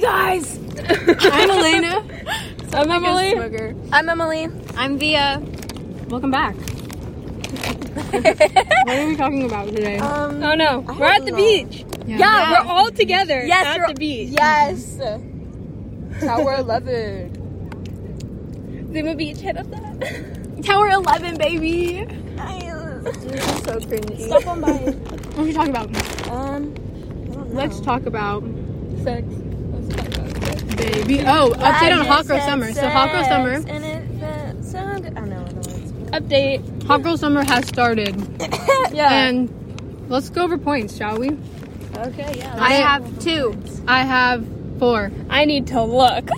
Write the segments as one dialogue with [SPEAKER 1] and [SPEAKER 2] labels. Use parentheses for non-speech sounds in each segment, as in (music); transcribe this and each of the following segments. [SPEAKER 1] guys. (laughs)
[SPEAKER 2] I'm Elena.
[SPEAKER 1] I'm Emily.
[SPEAKER 2] Smoker.
[SPEAKER 3] I'm Emily.
[SPEAKER 4] I'm Via.
[SPEAKER 2] Welcome back. what are we talking about today?
[SPEAKER 3] Um,
[SPEAKER 1] Oh no, we're at the
[SPEAKER 3] know.
[SPEAKER 1] beach. Yeah. we're all together
[SPEAKER 3] Yes,
[SPEAKER 1] at
[SPEAKER 3] we're-
[SPEAKER 1] the beach.
[SPEAKER 3] yes. Tower 11.
[SPEAKER 1] Zuma Beach, hit us up.
[SPEAKER 2] Tower 11, baby.
[SPEAKER 3] this is so cringy. Stop on my.
[SPEAKER 2] What are we talking about?
[SPEAKER 3] Um, I don't know.
[SPEAKER 2] Let's talk about
[SPEAKER 1] Sex. Let's talk about sex.
[SPEAKER 2] baby. Oh, update on
[SPEAKER 3] I
[SPEAKER 2] Hot Girl
[SPEAKER 3] said
[SPEAKER 2] Summer. So
[SPEAKER 3] sex,
[SPEAKER 2] Hot Girl Summer,
[SPEAKER 3] And it that sound. I don't know what the words.
[SPEAKER 1] Update.
[SPEAKER 2] Hot Girl Summer has started,
[SPEAKER 1] (laughs) Yeah.
[SPEAKER 2] and let's go over points, shall we?
[SPEAKER 3] Okay, yeah.
[SPEAKER 2] I
[SPEAKER 4] have two.
[SPEAKER 2] I have four.
[SPEAKER 1] I need to look.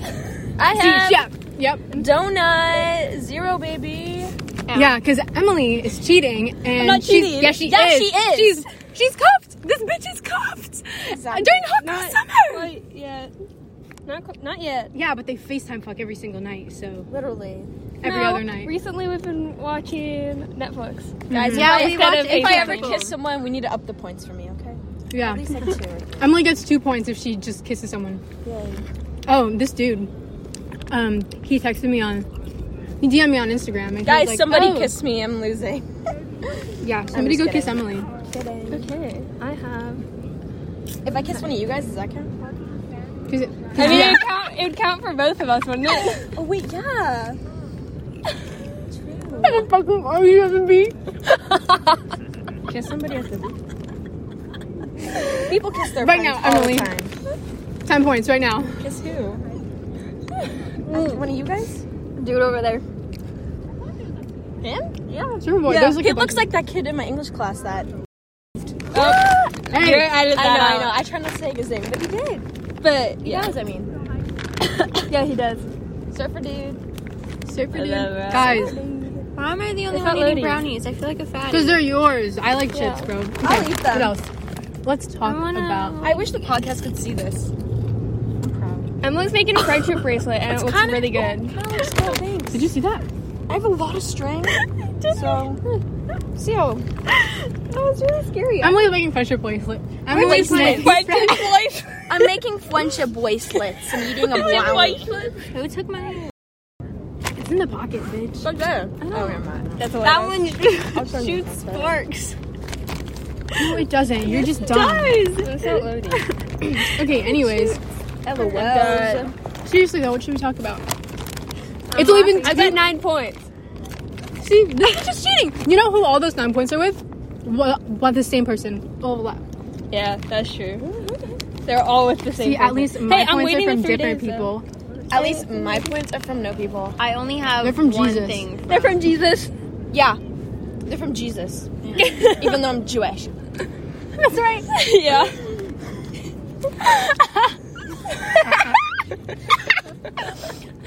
[SPEAKER 3] I have
[SPEAKER 2] yep. Yep.
[SPEAKER 3] donut zero, baby.
[SPEAKER 2] Yeah, because Emily is cheating, and
[SPEAKER 1] not
[SPEAKER 2] she's
[SPEAKER 1] cheating.
[SPEAKER 2] yeah, she
[SPEAKER 3] Yeah,
[SPEAKER 2] is.
[SPEAKER 3] she is.
[SPEAKER 2] She's she's cuffed. This bitch is cuffed
[SPEAKER 3] Exactly.
[SPEAKER 2] during Hot Girl
[SPEAKER 1] Not
[SPEAKER 2] Summer.
[SPEAKER 1] quite yet. Not qu- not yet.
[SPEAKER 2] yeah, but they FaceTime fuck every single night, so
[SPEAKER 3] Literally.
[SPEAKER 2] every
[SPEAKER 1] No,
[SPEAKER 2] other night.
[SPEAKER 1] Recently, we've been watching Netflix.
[SPEAKER 3] Guys,
[SPEAKER 4] Yeah,
[SPEAKER 3] if, I,
[SPEAKER 4] we
[SPEAKER 3] instead
[SPEAKER 4] watch-
[SPEAKER 3] of- if I ever
[SPEAKER 4] Facebook.
[SPEAKER 3] kiss someone, we need to up the points for me, okay?
[SPEAKER 2] yeah,
[SPEAKER 3] At least like two. or-
[SPEAKER 2] (laughs) Emily gets two points if she just kisses someone.
[SPEAKER 3] Yay.
[SPEAKER 2] Oh, this dude, um, he texted me on, he DM'd me on Instagram. And he was
[SPEAKER 3] Guys,
[SPEAKER 2] like,
[SPEAKER 3] somebody
[SPEAKER 2] oh,
[SPEAKER 3] kiss me. I'm losing.
[SPEAKER 2] Yeah, somebody
[SPEAKER 3] just
[SPEAKER 2] go kiss
[SPEAKER 3] kidding.
[SPEAKER 2] Emily.
[SPEAKER 3] Kidding.
[SPEAKER 1] Okay, I have.
[SPEAKER 3] If I kiss one of you guys, does that count?
[SPEAKER 2] Kiss it.
[SPEAKER 1] I mean, it
[SPEAKER 2] yeah.
[SPEAKER 3] (laughs)
[SPEAKER 1] would count. It would count for both of us, wouldn't it?
[SPEAKER 3] Oh wait, yeah.
[SPEAKER 2] fucking are you having me?
[SPEAKER 3] Kiss somebody at the People kiss their
[SPEAKER 2] Right
[SPEAKER 3] friends
[SPEAKER 2] now,
[SPEAKER 3] all
[SPEAKER 2] Emily.
[SPEAKER 3] the time.
[SPEAKER 2] Ten points right now.
[SPEAKER 3] Kiss who? One of you guys?
[SPEAKER 4] Dude over there.
[SPEAKER 3] Him? Yeah.
[SPEAKER 2] Sure, boy.
[SPEAKER 3] yeah.
[SPEAKER 2] There's like
[SPEAKER 3] He
[SPEAKER 2] a
[SPEAKER 3] looks
[SPEAKER 2] bunch
[SPEAKER 3] like that kid in my English class that. Oh,
[SPEAKER 2] of-
[SPEAKER 1] You're
[SPEAKER 2] Hey,
[SPEAKER 1] added
[SPEAKER 3] I know, I
[SPEAKER 1] that out.
[SPEAKER 3] know. I try not to say his name, but he did. But he does, I mean.
[SPEAKER 1] Yeah, he does.
[SPEAKER 3] Surfer dude.
[SPEAKER 2] super
[SPEAKER 1] I
[SPEAKER 2] dude.
[SPEAKER 1] love that.
[SPEAKER 2] Guys,
[SPEAKER 4] Why am I the only
[SPEAKER 1] It's
[SPEAKER 4] one
[SPEAKER 1] not
[SPEAKER 4] eating
[SPEAKER 1] loading.
[SPEAKER 4] brownies? I feel like a fat.
[SPEAKER 2] Because they're yours. I like chips,
[SPEAKER 3] Yeah.
[SPEAKER 2] bro. Okay.
[SPEAKER 3] I'll eat them.
[SPEAKER 2] What else? Let's talk
[SPEAKER 4] I wanna-
[SPEAKER 2] about.
[SPEAKER 3] Um, I wish the podcast could see this. I'm proud.
[SPEAKER 1] Emily's making a friendship bracelet, and it looks
[SPEAKER 3] kinda
[SPEAKER 1] really good.
[SPEAKER 3] Oh, still, thanks.
[SPEAKER 2] Did you see that?
[SPEAKER 3] I have a lot of string. (laughs) so, see how. That was really scary.
[SPEAKER 2] Emily's making friendship bracelet. Emily's
[SPEAKER 3] Bracelet.
[SPEAKER 2] making (laughs)
[SPEAKER 1] Friendship
[SPEAKER 3] (laughs)
[SPEAKER 2] friendship.
[SPEAKER 1] bracelet.
[SPEAKER 3] I'm making friendship bracelets and eating (laughs) a brownie.
[SPEAKER 4] Who took my?
[SPEAKER 2] It's in the pocket, bitch.
[SPEAKER 3] Look there. Oh, never mind.
[SPEAKER 1] That's a
[SPEAKER 4] That
[SPEAKER 1] lot.
[SPEAKER 4] one
[SPEAKER 3] show you.
[SPEAKER 4] shoots sparks.
[SPEAKER 2] No, it doesn't. You're just dumb.
[SPEAKER 1] That's so loading.
[SPEAKER 2] Okay. Anyways,
[SPEAKER 3] LOL.
[SPEAKER 2] seriously though, what should we talk about? It's only been.
[SPEAKER 1] I got nine points.
[SPEAKER 2] See, (laughs) this is just cheating. You know who all those nine points are with? Well, well the same person. Overlap.
[SPEAKER 1] Yeah, that's true. They're all with the same.
[SPEAKER 2] See, at
[SPEAKER 1] person.
[SPEAKER 2] least my
[SPEAKER 1] hey, I'm
[SPEAKER 2] points are
[SPEAKER 1] waiting
[SPEAKER 2] from
[SPEAKER 1] the three
[SPEAKER 2] different
[SPEAKER 1] days,
[SPEAKER 2] people.
[SPEAKER 3] At least my points are from no people.
[SPEAKER 4] I only have
[SPEAKER 2] They're from
[SPEAKER 4] one
[SPEAKER 2] Jesus.
[SPEAKER 4] thing.
[SPEAKER 1] They're from Jesus.
[SPEAKER 3] Yeah. They're from Jesus. Even though I'm Jewish.
[SPEAKER 1] That's right. yeah.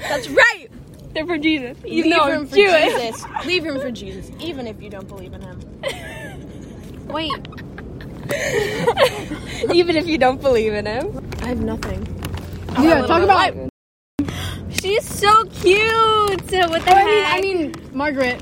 [SPEAKER 3] That's right.
[SPEAKER 1] They're from Jesus.
[SPEAKER 3] Leave
[SPEAKER 1] Even though
[SPEAKER 3] room
[SPEAKER 1] I'm
[SPEAKER 3] for
[SPEAKER 1] Jewish.
[SPEAKER 3] Jesus. Leave room for Jesus, even if you don't believe in him.
[SPEAKER 4] Wait,
[SPEAKER 1] Even if you don't believe in him.
[SPEAKER 3] I have nothing.
[SPEAKER 2] Yeah, talk about.
[SPEAKER 4] she's so cute. So what the
[SPEAKER 2] I mean,
[SPEAKER 4] heck?
[SPEAKER 2] I mean, Margaret.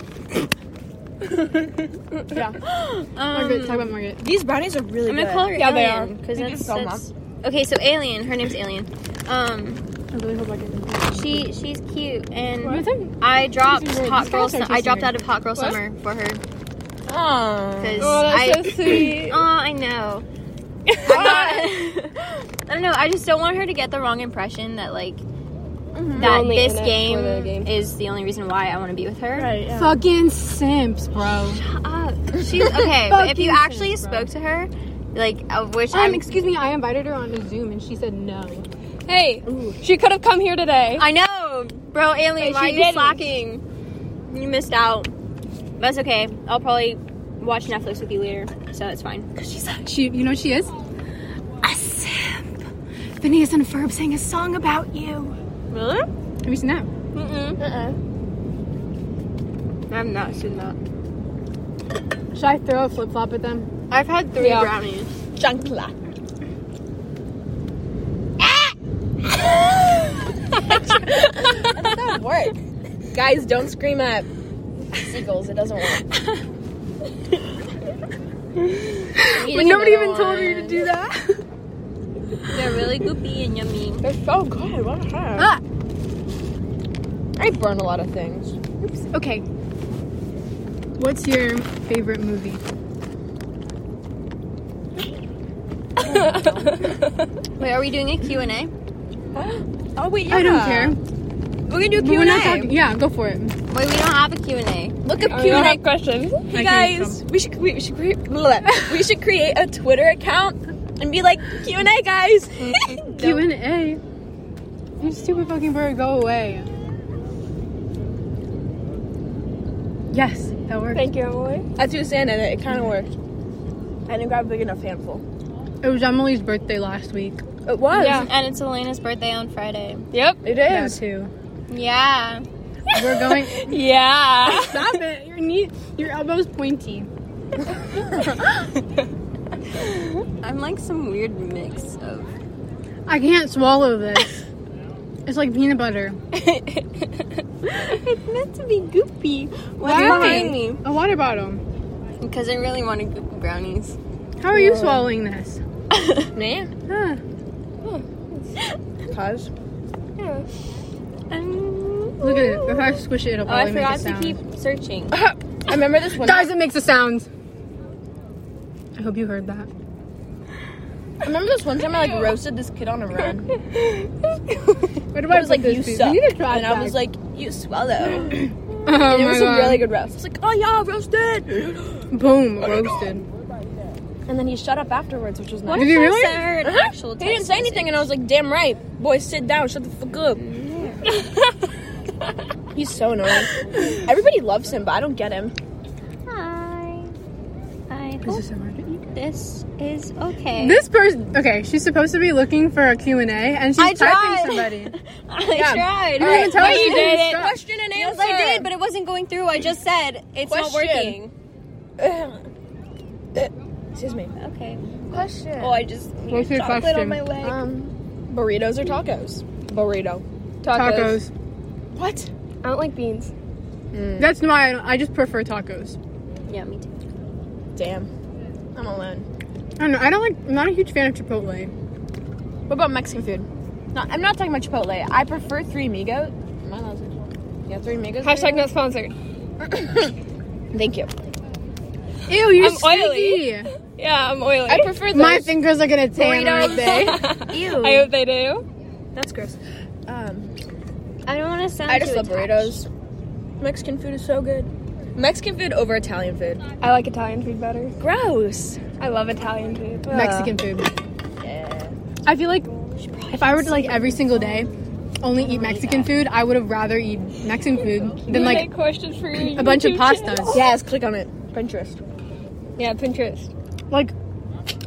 [SPEAKER 2] yeah,
[SPEAKER 4] Um,
[SPEAKER 2] Margaret. Talk about Margaret.
[SPEAKER 3] These brownies are really
[SPEAKER 4] I'm
[SPEAKER 3] good.
[SPEAKER 4] gonna call her
[SPEAKER 1] Yeah, they
[SPEAKER 4] Alien because
[SPEAKER 3] Thank you
[SPEAKER 4] that's,
[SPEAKER 3] so
[SPEAKER 4] that's okay. So Alien, her name's Alien. Um,
[SPEAKER 2] I really hope I get them.
[SPEAKER 4] she she's cute and
[SPEAKER 2] What?
[SPEAKER 4] I dropped
[SPEAKER 2] These are-
[SPEAKER 4] Hot
[SPEAKER 2] these
[SPEAKER 4] Girl.
[SPEAKER 2] guys are
[SPEAKER 4] Sum-
[SPEAKER 2] too
[SPEAKER 4] I dropped
[SPEAKER 2] smart.
[SPEAKER 4] out of Hot Girl Summer for her
[SPEAKER 3] Oh.
[SPEAKER 4] because
[SPEAKER 1] Oh, that's
[SPEAKER 4] I.
[SPEAKER 1] so
[SPEAKER 4] (laughs)
[SPEAKER 1] sweet.
[SPEAKER 4] Oh, I know. I'm not- (laughs) I don't know. I just don't want her to get the wrong impression that like that
[SPEAKER 1] only
[SPEAKER 4] this
[SPEAKER 1] in it for
[SPEAKER 4] game,
[SPEAKER 1] the game.
[SPEAKER 4] is the only reason why I want to be with her.
[SPEAKER 3] Right, yeah.
[SPEAKER 2] (laughs) Fucking simps, bro.
[SPEAKER 4] Shut up. She's okay, but if
[SPEAKER 2] Fucking
[SPEAKER 4] you actually
[SPEAKER 2] sense, bro.
[SPEAKER 4] spoke to her, like of which
[SPEAKER 2] Um,
[SPEAKER 4] I'm.
[SPEAKER 2] excuse me, I invited her on a Zoom and she said no. Ah,
[SPEAKER 1] Hey, she could have come here today.
[SPEAKER 4] I know, bro, Alien.
[SPEAKER 1] But
[SPEAKER 4] Why are
[SPEAKER 1] she
[SPEAKER 4] you
[SPEAKER 1] didn't.
[SPEAKER 4] slacking? You missed out. That's okay. I'll probably watch Netflix with you later, so it's fine.
[SPEAKER 2] She, you know what she is? A simp. Phineas and Ferb sang a song about you.
[SPEAKER 4] Really?
[SPEAKER 2] Have you seen that?
[SPEAKER 4] Mm-mm. I've not seen that.
[SPEAKER 2] Should I throw a flip flop at them?
[SPEAKER 4] I've had three
[SPEAKER 1] Yeah.
[SPEAKER 4] brownies.
[SPEAKER 3] Junk lot. doesn't work. Guys, don't scream at seagulls. It doesn't work.
[SPEAKER 2] But nobody even told her to do that.
[SPEAKER 4] They're really goopy and yummy.
[SPEAKER 3] They're so good. What the heck?
[SPEAKER 2] Ah.
[SPEAKER 3] I burn a lot of things.
[SPEAKER 2] (laughs) Okay. What's your favorite movie?
[SPEAKER 4] Wait, are we doing a Q&A?
[SPEAKER 3] oh wait,
[SPEAKER 2] I don't care.
[SPEAKER 3] We're gonna do
[SPEAKER 2] But we're not talking. Yeah, go for it.
[SPEAKER 4] Wait, we don't have a Q&A.
[SPEAKER 3] Look up
[SPEAKER 1] I
[SPEAKER 3] Q
[SPEAKER 1] don't
[SPEAKER 3] and A
[SPEAKER 1] have questions.
[SPEAKER 3] Hey
[SPEAKER 2] Okay,
[SPEAKER 3] guys, we should we should create bleh. we should create a Twitter account and be like Q and A guys. (laughs)
[SPEAKER 2] Mm-hmm. Q and A. You stupid fucking bird, go away. Yes, that worked.
[SPEAKER 1] Thank you, Emily.
[SPEAKER 3] I threw sand in it. It kind of worked. I didn't grab a big enough handful.
[SPEAKER 2] It was Emily's birthday last week.
[SPEAKER 3] It was.
[SPEAKER 1] Yeah.
[SPEAKER 4] And it's Elena's birthday on Friday.
[SPEAKER 1] Yep.
[SPEAKER 3] It
[SPEAKER 2] Yeah,
[SPEAKER 3] is.
[SPEAKER 2] (laughs) too.
[SPEAKER 4] Yeah.
[SPEAKER 2] We're going.
[SPEAKER 3] (laughs)
[SPEAKER 1] Yeah.
[SPEAKER 2] (laughs) Stop it! Your knee, your elbow's pointy.
[SPEAKER 4] I'm like some weird mix of...
[SPEAKER 2] I can't swallow (laughs) this. It's like peanut butter.
[SPEAKER 4] it's meant to be goopy.
[SPEAKER 2] Why? A water bottle.
[SPEAKER 4] Because I really wanted goopy brownies. (laughs)
[SPEAKER 2] How are you swallowing this?
[SPEAKER 3] Me?
[SPEAKER 2] Huh.
[SPEAKER 3] Cause.
[SPEAKER 4] Um,
[SPEAKER 2] Look at it. If I squish it, it'll
[SPEAKER 4] oh, I
[SPEAKER 2] probably make a
[SPEAKER 4] forgot to
[SPEAKER 2] sound.
[SPEAKER 4] keep searching.
[SPEAKER 3] I remember this one.
[SPEAKER 2] Guys, it makes a sound. I hope you heard that.
[SPEAKER 3] I remember this one time I like roasted this kid on a run.
[SPEAKER 2] What
[SPEAKER 3] I
[SPEAKER 2] about
[SPEAKER 3] was like, you suck.
[SPEAKER 2] need to
[SPEAKER 3] And
[SPEAKER 2] try
[SPEAKER 3] I
[SPEAKER 2] that.
[SPEAKER 3] was like, you (gasps) swallow.
[SPEAKER 2] oh
[SPEAKER 3] And
[SPEAKER 2] my
[SPEAKER 3] it was some
[SPEAKER 2] God.
[SPEAKER 3] really good roast. It's like, oh yeah, roasted.
[SPEAKER 2] Boom, roasted.
[SPEAKER 3] (gasps) And then he shut up afterwards, which was nice.
[SPEAKER 4] What
[SPEAKER 2] Did
[SPEAKER 4] if
[SPEAKER 2] you
[SPEAKER 4] I
[SPEAKER 2] really?
[SPEAKER 4] sent her an
[SPEAKER 3] Uh-huh.
[SPEAKER 4] actual
[SPEAKER 3] He didn't
[SPEAKER 4] text
[SPEAKER 3] say anything, and I was like, damn right. Boy, sit down. Shut the fuck up. (laughs) He's so annoying. Everybody loves him, but I don't get him.
[SPEAKER 4] Hi. I
[SPEAKER 2] Is
[SPEAKER 4] hope
[SPEAKER 2] this, hard to eat?
[SPEAKER 4] this is okay.
[SPEAKER 2] this person, okay, she's supposed to be looking for a Q&A and she's
[SPEAKER 4] I
[SPEAKER 2] typing
[SPEAKER 4] tried.
[SPEAKER 2] somebody.
[SPEAKER 4] (laughs) I
[SPEAKER 3] Yeah.
[SPEAKER 4] tried.
[SPEAKER 2] You didn't even tell us you did it.
[SPEAKER 3] Question and answer.
[SPEAKER 4] Yes, I did, but it wasn't going through. I just said it's not
[SPEAKER 3] Question.
[SPEAKER 4] working.
[SPEAKER 3] (sighs) Excuse me.
[SPEAKER 4] Okay.
[SPEAKER 3] Question. Oh, I just
[SPEAKER 2] What's your
[SPEAKER 4] Chocolate
[SPEAKER 2] question?
[SPEAKER 4] on my leg.
[SPEAKER 3] um, burritos or tacos? Burrito.
[SPEAKER 2] tacos.
[SPEAKER 3] What?
[SPEAKER 1] I don't like beans.
[SPEAKER 2] That's why I, don't- I just prefer tacos.
[SPEAKER 4] yeah, me too.
[SPEAKER 3] Damn. I'm alone.
[SPEAKER 2] I don't know. I don't like, I'm not a huge fan of Chipotle.
[SPEAKER 3] What about Mexican food? No, I'm not talking about Chipotle. I prefer Three Amigos. Am I allowed to say Chipotle? Yeah, Three Amigos.
[SPEAKER 1] Hashtag not sponsored.
[SPEAKER 3] Thank you.
[SPEAKER 2] Ew, you're
[SPEAKER 1] I'm oily.
[SPEAKER 2] sticky.
[SPEAKER 1] Yeah, I'm oily.
[SPEAKER 3] I prefer those.
[SPEAKER 2] My fingers are gonna tan right there.
[SPEAKER 1] (laughs)
[SPEAKER 4] Ew.
[SPEAKER 1] I hope they do.
[SPEAKER 3] That's gross. Um,
[SPEAKER 4] I don't want to sound.
[SPEAKER 3] I just
[SPEAKER 4] too
[SPEAKER 3] love
[SPEAKER 4] attached.
[SPEAKER 3] burritos. Mexican food is so good. Mexican food over Italian food.
[SPEAKER 1] I like Italian food better.
[SPEAKER 3] Gross.
[SPEAKER 1] I love Italian
[SPEAKER 2] (laughs)
[SPEAKER 1] food.
[SPEAKER 2] Mexican food.
[SPEAKER 3] Yeah.
[SPEAKER 2] I feel like if I were to like every single day only eat Mexican food, I would have rather eat Mexican food than like
[SPEAKER 1] questions for your
[SPEAKER 2] a bunch of
[SPEAKER 1] YouTube channel.
[SPEAKER 2] pastas.
[SPEAKER 3] Yes. Click on it. Pinterest.
[SPEAKER 1] Yeah, Pinterest.
[SPEAKER 2] like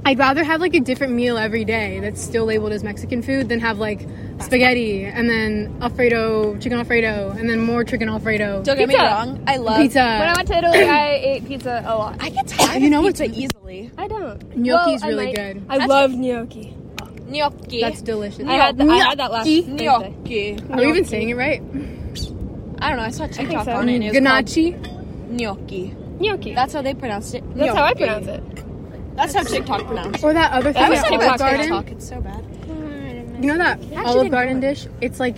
[SPEAKER 2] I'd rather have like a different meal every day that's still labeled as Mexican food than have like spaghetti and then Alfredo, chicken Alfredo, and then more chicken Alfredo.
[SPEAKER 3] Don't get me
[SPEAKER 1] Pizza.
[SPEAKER 3] wrong. I love
[SPEAKER 1] When I
[SPEAKER 2] Pizza.
[SPEAKER 1] went to Italy, I ate pizza a lot.
[SPEAKER 3] I get tired.
[SPEAKER 2] You
[SPEAKER 3] of
[SPEAKER 2] know what's-
[SPEAKER 3] pizza easily.
[SPEAKER 1] I don't.
[SPEAKER 2] Gnocchi's
[SPEAKER 1] Well, I
[SPEAKER 2] really
[SPEAKER 1] like-
[SPEAKER 2] good.
[SPEAKER 1] I love gnocchi.
[SPEAKER 3] Gnocchi.
[SPEAKER 2] That's delicious.
[SPEAKER 1] I had, I had that last Thursday.
[SPEAKER 3] gnocchi.
[SPEAKER 2] Are we even saying it right?
[SPEAKER 3] I don't know. I saw TikTok
[SPEAKER 1] so.
[SPEAKER 3] on it. and it was
[SPEAKER 2] Ganache.
[SPEAKER 3] called Gnocchi.
[SPEAKER 1] Gnocchi.
[SPEAKER 3] That's how they pronounced it.
[SPEAKER 1] That's how I pronounce it.
[SPEAKER 3] That's how TikTok pronounced.
[SPEAKER 2] Or that other thing
[SPEAKER 3] I was
[SPEAKER 2] at
[SPEAKER 3] talking
[SPEAKER 2] Olive
[SPEAKER 3] about
[SPEAKER 2] Garden.
[SPEAKER 3] TikTok. It's so bad.
[SPEAKER 2] You know that
[SPEAKER 3] didn't
[SPEAKER 2] Olive Garden dish? It's like,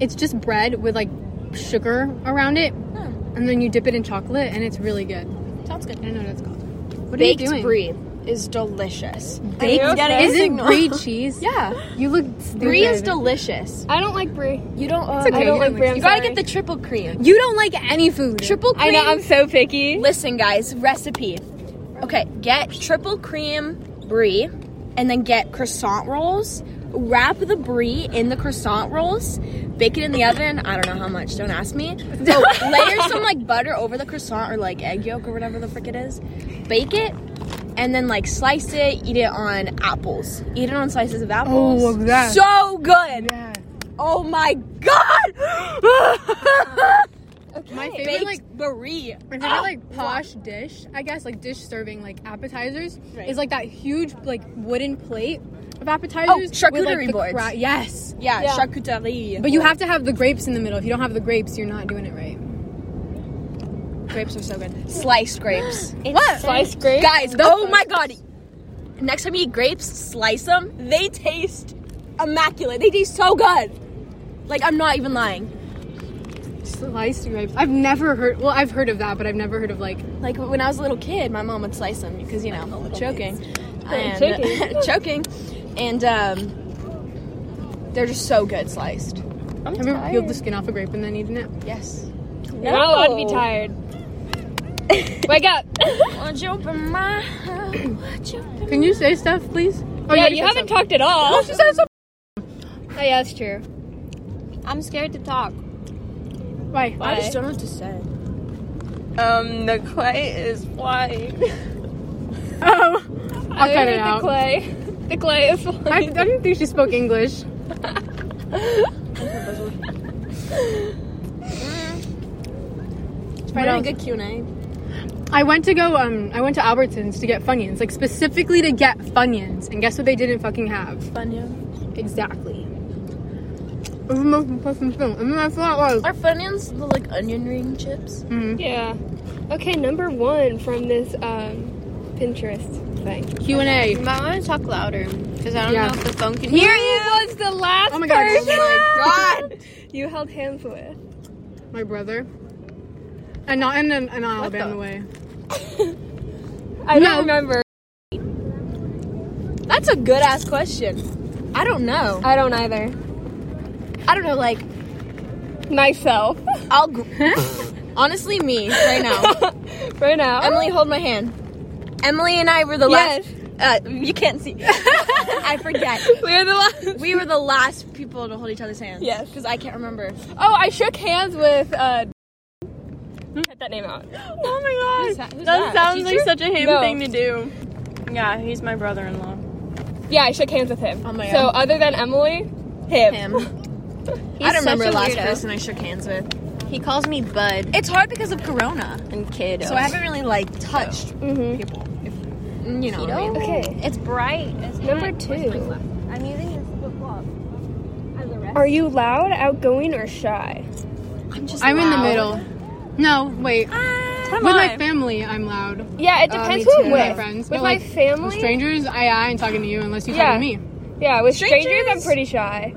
[SPEAKER 2] it's just bread with like sugar around it, and then you dip it in chocolate, and it's really good.
[SPEAKER 3] Sounds
[SPEAKER 2] I
[SPEAKER 3] good.
[SPEAKER 2] don't know what it's called. What
[SPEAKER 3] Baked
[SPEAKER 2] are you doing?
[SPEAKER 3] brie is delicious.
[SPEAKER 2] Baked
[SPEAKER 1] Are you
[SPEAKER 3] (laughs)
[SPEAKER 1] okay?
[SPEAKER 2] Is it brie cheese?
[SPEAKER 3] Yeah,
[SPEAKER 2] You look
[SPEAKER 3] (laughs)
[SPEAKER 2] stupid.
[SPEAKER 3] brie is delicious.
[SPEAKER 1] I don't like brie.
[SPEAKER 3] You don't. Uh,
[SPEAKER 2] It's okay.
[SPEAKER 1] I don't like brie. I'm
[SPEAKER 3] You gotta
[SPEAKER 1] sorry.
[SPEAKER 3] get the triple cream.
[SPEAKER 2] You don't like any food.
[SPEAKER 3] Triple cream.
[SPEAKER 1] I know I'm so picky.
[SPEAKER 3] Listen, guys, recipe. Okay, get triple cream brie, and then get croissant rolls. Wrap the brie in the croissant rolls. Bake it in the oven. I don't know how much. Don't ask me.
[SPEAKER 2] (laughs)
[SPEAKER 3] Oh, layer some like butter over the croissant or like egg yolk or whatever the frick it is. Bake it, and then like slice it. Eat it on apples. Eat it on slices of apples.
[SPEAKER 2] Oh, look at that.
[SPEAKER 3] So good.
[SPEAKER 2] Yeah.
[SPEAKER 3] Oh my god! (laughs)
[SPEAKER 2] My favorite
[SPEAKER 3] Baked
[SPEAKER 2] like
[SPEAKER 3] brie.
[SPEAKER 2] my favorite
[SPEAKER 1] (gasps)
[SPEAKER 2] like posh dish, I guess like dish serving like appetizers
[SPEAKER 3] Right.
[SPEAKER 2] is like that huge like wooden plate
[SPEAKER 1] Oh,
[SPEAKER 2] of appetizers. with, like,
[SPEAKER 3] charcuterie
[SPEAKER 2] the
[SPEAKER 3] boards.
[SPEAKER 2] cra- yes.
[SPEAKER 3] Yeah,
[SPEAKER 1] Yeah.
[SPEAKER 3] charcuterie.
[SPEAKER 2] But you have to have the grapes in the middle. If you don't have the grapes, you're not doing it right.
[SPEAKER 3] grapes are so good. Sliced grapes. (gasps)
[SPEAKER 4] It's what?
[SPEAKER 1] Sliced grapes.
[SPEAKER 3] Guys, oh my god. Next time you eat grapes, slice them. They taste immaculate. They taste so good. Like I'm not even lying.
[SPEAKER 2] Sliced grapes. I've never heard. Well, I've heard of that, but I've never heard of like.
[SPEAKER 3] Like when I was a little kid, my mom would slice them because you know choking, and,
[SPEAKER 1] Choking.
[SPEAKER 3] (laughs) choking, and um, they're just so good sliced.
[SPEAKER 1] I'm
[SPEAKER 2] Have you ever peeled the skin off a grape and then eaten it?
[SPEAKER 3] Yes.
[SPEAKER 1] You're not allowed to
[SPEAKER 3] (laughs)
[SPEAKER 1] be tired. Wake up.
[SPEAKER 4] Won't you open my won't you open-
[SPEAKER 2] Can you say stuff, please? Oh,
[SPEAKER 1] yeah,
[SPEAKER 2] already
[SPEAKER 1] you
[SPEAKER 2] said
[SPEAKER 1] haven't talked at all.
[SPEAKER 2] something. She said something.
[SPEAKER 1] Oh, yeah, that's true.
[SPEAKER 4] I'm scared to talk.
[SPEAKER 2] Why?
[SPEAKER 1] Why?
[SPEAKER 3] I just don't know what to say.
[SPEAKER 4] Um, the clay is flying.
[SPEAKER 2] Oh, (laughs) I'll cut it
[SPEAKER 1] the
[SPEAKER 2] out.
[SPEAKER 1] clay. (laughs) The clay is flying.
[SPEAKER 2] I, I didn't think she spoke English.
[SPEAKER 3] It's
[SPEAKER 2] What else?
[SPEAKER 3] probably a good Q and A.
[SPEAKER 2] I went to go. Um, I went to Albertsons to get Funyuns, like specifically to get Funyuns, and guess what they didn't fucking have?
[SPEAKER 3] Fun yeah.
[SPEAKER 2] Exactly. It was the most impressive thing, and then I thought was.
[SPEAKER 3] Are Funyuns the like onion ring chips?
[SPEAKER 2] Mm,
[SPEAKER 5] Yeah. Okay, number one from this um, Pinterest thing.
[SPEAKER 2] Q and
[SPEAKER 4] You
[SPEAKER 2] A.
[SPEAKER 4] might want to talk louder because I don't
[SPEAKER 2] Yeah.
[SPEAKER 4] know if the phone can
[SPEAKER 2] Here
[SPEAKER 4] hear
[SPEAKER 2] he
[SPEAKER 4] you.
[SPEAKER 5] was the last
[SPEAKER 2] Oh my
[SPEAKER 5] (laughs)
[SPEAKER 2] god.
[SPEAKER 3] God.
[SPEAKER 5] you held hands with.
[SPEAKER 2] My brother. And not in an, an Alabama way.
[SPEAKER 5] I
[SPEAKER 2] No.
[SPEAKER 5] don't remember.
[SPEAKER 3] That's a good ass question. I don't know.
[SPEAKER 5] I don't either.
[SPEAKER 3] I don't know. Like
[SPEAKER 5] Myself.
[SPEAKER 3] I'll gr- (laughs) honestly me right (laughs) now.
[SPEAKER 5] right now.
[SPEAKER 3] Emily, hold my hand. Emily and I were the
[SPEAKER 5] Yes.
[SPEAKER 3] last. Uh, you can't (laughs) see. I forget.
[SPEAKER 5] We're the last.
[SPEAKER 3] We were the last people to hold each other's hands.
[SPEAKER 5] Yes.
[SPEAKER 3] because I can't remember.
[SPEAKER 5] (laughs) Oh, I shook hands with. Uh, cut that name (gasps) out.
[SPEAKER 4] Oh my god.
[SPEAKER 3] Who's
[SPEAKER 4] that
[SPEAKER 3] that?
[SPEAKER 4] sounds like
[SPEAKER 5] Teacher?
[SPEAKER 4] such a him
[SPEAKER 5] No.
[SPEAKER 4] thing to do. Yeah, he's my brother in law.
[SPEAKER 5] Yeah, I shook hands with him.
[SPEAKER 3] Oh my
[SPEAKER 5] So other than Emily, him.
[SPEAKER 3] Him. (laughs)
[SPEAKER 4] He's
[SPEAKER 3] I don't remember
[SPEAKER 4] such
[SPEAKER 3] the
[SPEAKER 4] a
[SPEAKER 3] last
[SPEAKER 4] weirdo.
[SPEAKER 3] person I shook hands with.
[SPEAKER 4] He calls me Bud
[SPEAKER 3] It's hard because of Corona,
[SPEAKER 4] and Kid.
[SPEAKER 3] so I haven't really like touched
[SPEAKER 5] Mm-hmm.
[SPEAKER 3] people. If, you know, what I mean.
[SPEAKER 5] Okay,
[SPEAKER 4] It's bright. It's
[SPEAKER 5] number two.
[SPEAKER 4] I'm using this flip flop.
[SPEAKER 5] Are you loud, outgoing, or shy?
[SPEAKER 3] I'm just.
[SPEAKER 2] I'm in the
[SPEAKER 3] loud.
[SPEAKER 2] middle. No, wait.
[SPEAKER 4] Come
[SPEAKER 2] with
[SPEAKER 4] on.
[SPEAKER 2] my family, I'm loud.
[SPEAKER 5] Yeah, it
[SPEAKER 2] Uh,
[SPEAKER 5] depends
[SPEAKER 2] me
[SPEAKER 5] who
[SPEAKER 2] too.
[SPEAKER 5] I'm
[SPEAKER 2] With my
[SPEAKER 5] with.
[SPEAKER 2] friends.
[SPEAKER 5] With
[SPEAKER 2] No,
[SPEAKER 5] my
[SPEAKER 2] like, With
[SPEAKER 5] family,
[SPEAKER 2] strangers, I I ain't talking to you unless you
[SPEAKER 5] Yeah.
[SPEAKER 2] talk to me.
[SPEAKER 5] yeah, with strangers, I'm
[SPEAKER 3] Strangers?
[SPEAKER 5] pretty shy.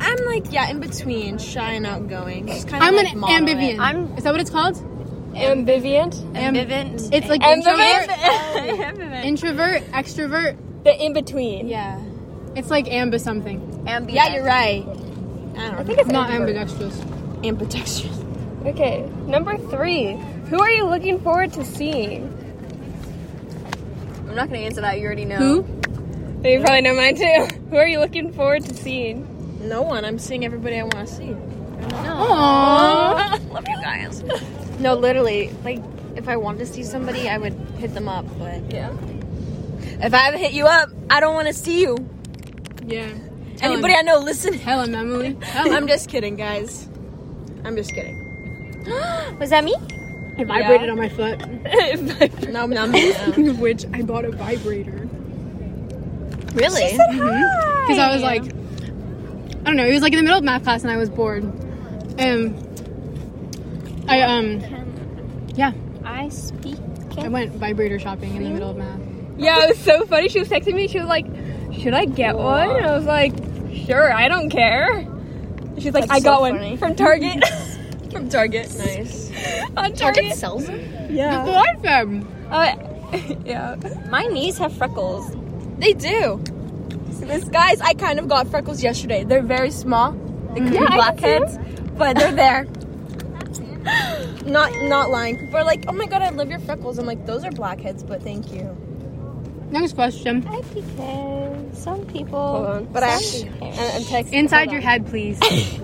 [SPEAKER 3] I'm like yeah, in between, shy and outgoing. Just kind
[SPEAKER 2] I'm
[SPEAKER 3] of
[SPEAKER 2] an
[SPEAKER 3] like mono it.
[SPEAKER 2] amphibian.
[SPEAKER 4] I'm-
[SPEAKER 2] Is that what it's called?
[SPEAKER 5] Ambivalent,
[SPEAKER 2] Am-
[SPEAKER 4] Ambivent.
[SPEAKER 2] It's like introvert,
[SPEAKER 5] Ambivent? (laughs)
[SPEAKER 4] Ambivent.
[SPEAKER 2] introvert, extrovert.
[SPEAKER 5] the in between.
[SPEAKER 3] Yeah.
[SPEAKER 2] It's like ambi something,
[SPEAKER 3] Yeah, you're right. I don't know.
[SPEAKER 5] it's
[SPEAKER 2] not
[SPEAKER 5] ambivert.
[SPEAKER 2] ambidextrous.
[SPEAKER 3] Ambidextrous.
[SPEAKER 5] Okay, number three. Who are you looking forward to seeing?
[SPEAKER 4] I'm not gonna answer that. You already know.
[SPEAKER 2] Who?
[SPEAKER 5] You probably know mine too. (laughs) Who are you looking forward to seeing?
[SPEAKER 3] No one. I'm seeing everybody I want to see. (laughs)
[SPEAKER 2] Aww.
[SPEAKER 3] Love you guys. No, literally, like if I wanted to see somebody, I would hit them up. But
[SPEAKER 5] Yeah.
[SPEAKER 3] if I haven't hit you up, I don't want to see you.
[SPEAKER 2] Yeah.
[SPEAKER 3] Anybody I know, listen.
[SPEAKER 2] Helen Emily. Helen.
[SPEAKER 3] I'm just kidding, guys. I'm just kidding.
[SPEAKER 4] Was that me?
[SPEAKER 2] It vibrated on my foot,
[SPEAKER 3] No, no, no.
[SPEAKER 2] which I bought a vibrator
[SPEAKER 3] really?
[SPEAKER 2] because I was like, I don't know. It was like in the middle of math class and I was bored, and I um yeah,
[SPEAKER 4] I speak.
[SPEAKER 2] I went vibrator shopping in the middle of math.
[SPEAKER 5] Yeah, it was so funny. She was texting me. She was like, "Should I get one?" And I was like, "Sure, I don't care." She's like, "I got one from Target." (laughs)
[SPEAKER 3] From Target. Nice.
[SPEAKER 5] on Target.
[SPEAKER 3] sells them.
[SPEAKER 5] (laughs)
[SPEAKER 2] The
[SPEAKER 5] Yeah.
[SPEAKER 2] light fab.
[SPEAKER 5] Uh, yeah.
[SPEAKER 4] My knees have freckles.
[SPEAKER 3] They do. So this guys, I kind of got freckles yesterday. They're very small. They could
[SPEAKER 5] Yeah,
[SPEAKER 3] be
[SPEAKER 5] I can see
[SPEAKER 3] blackheads, but they're there. not not lying. People are like, oh my god, I love your freckles. I'm like, those are blackheads, but thank you.
[SPEAKER 2] Next question.
[SPEAKER 4] I because some people.
[SPEAKER 5] Hold on.
[SPEAKER 3] But I actually I'm, I'm texting.
[SPEAKER 2] Inside your
[SPEAKER 3] (laughs)
[SPEAKER 2] head, please.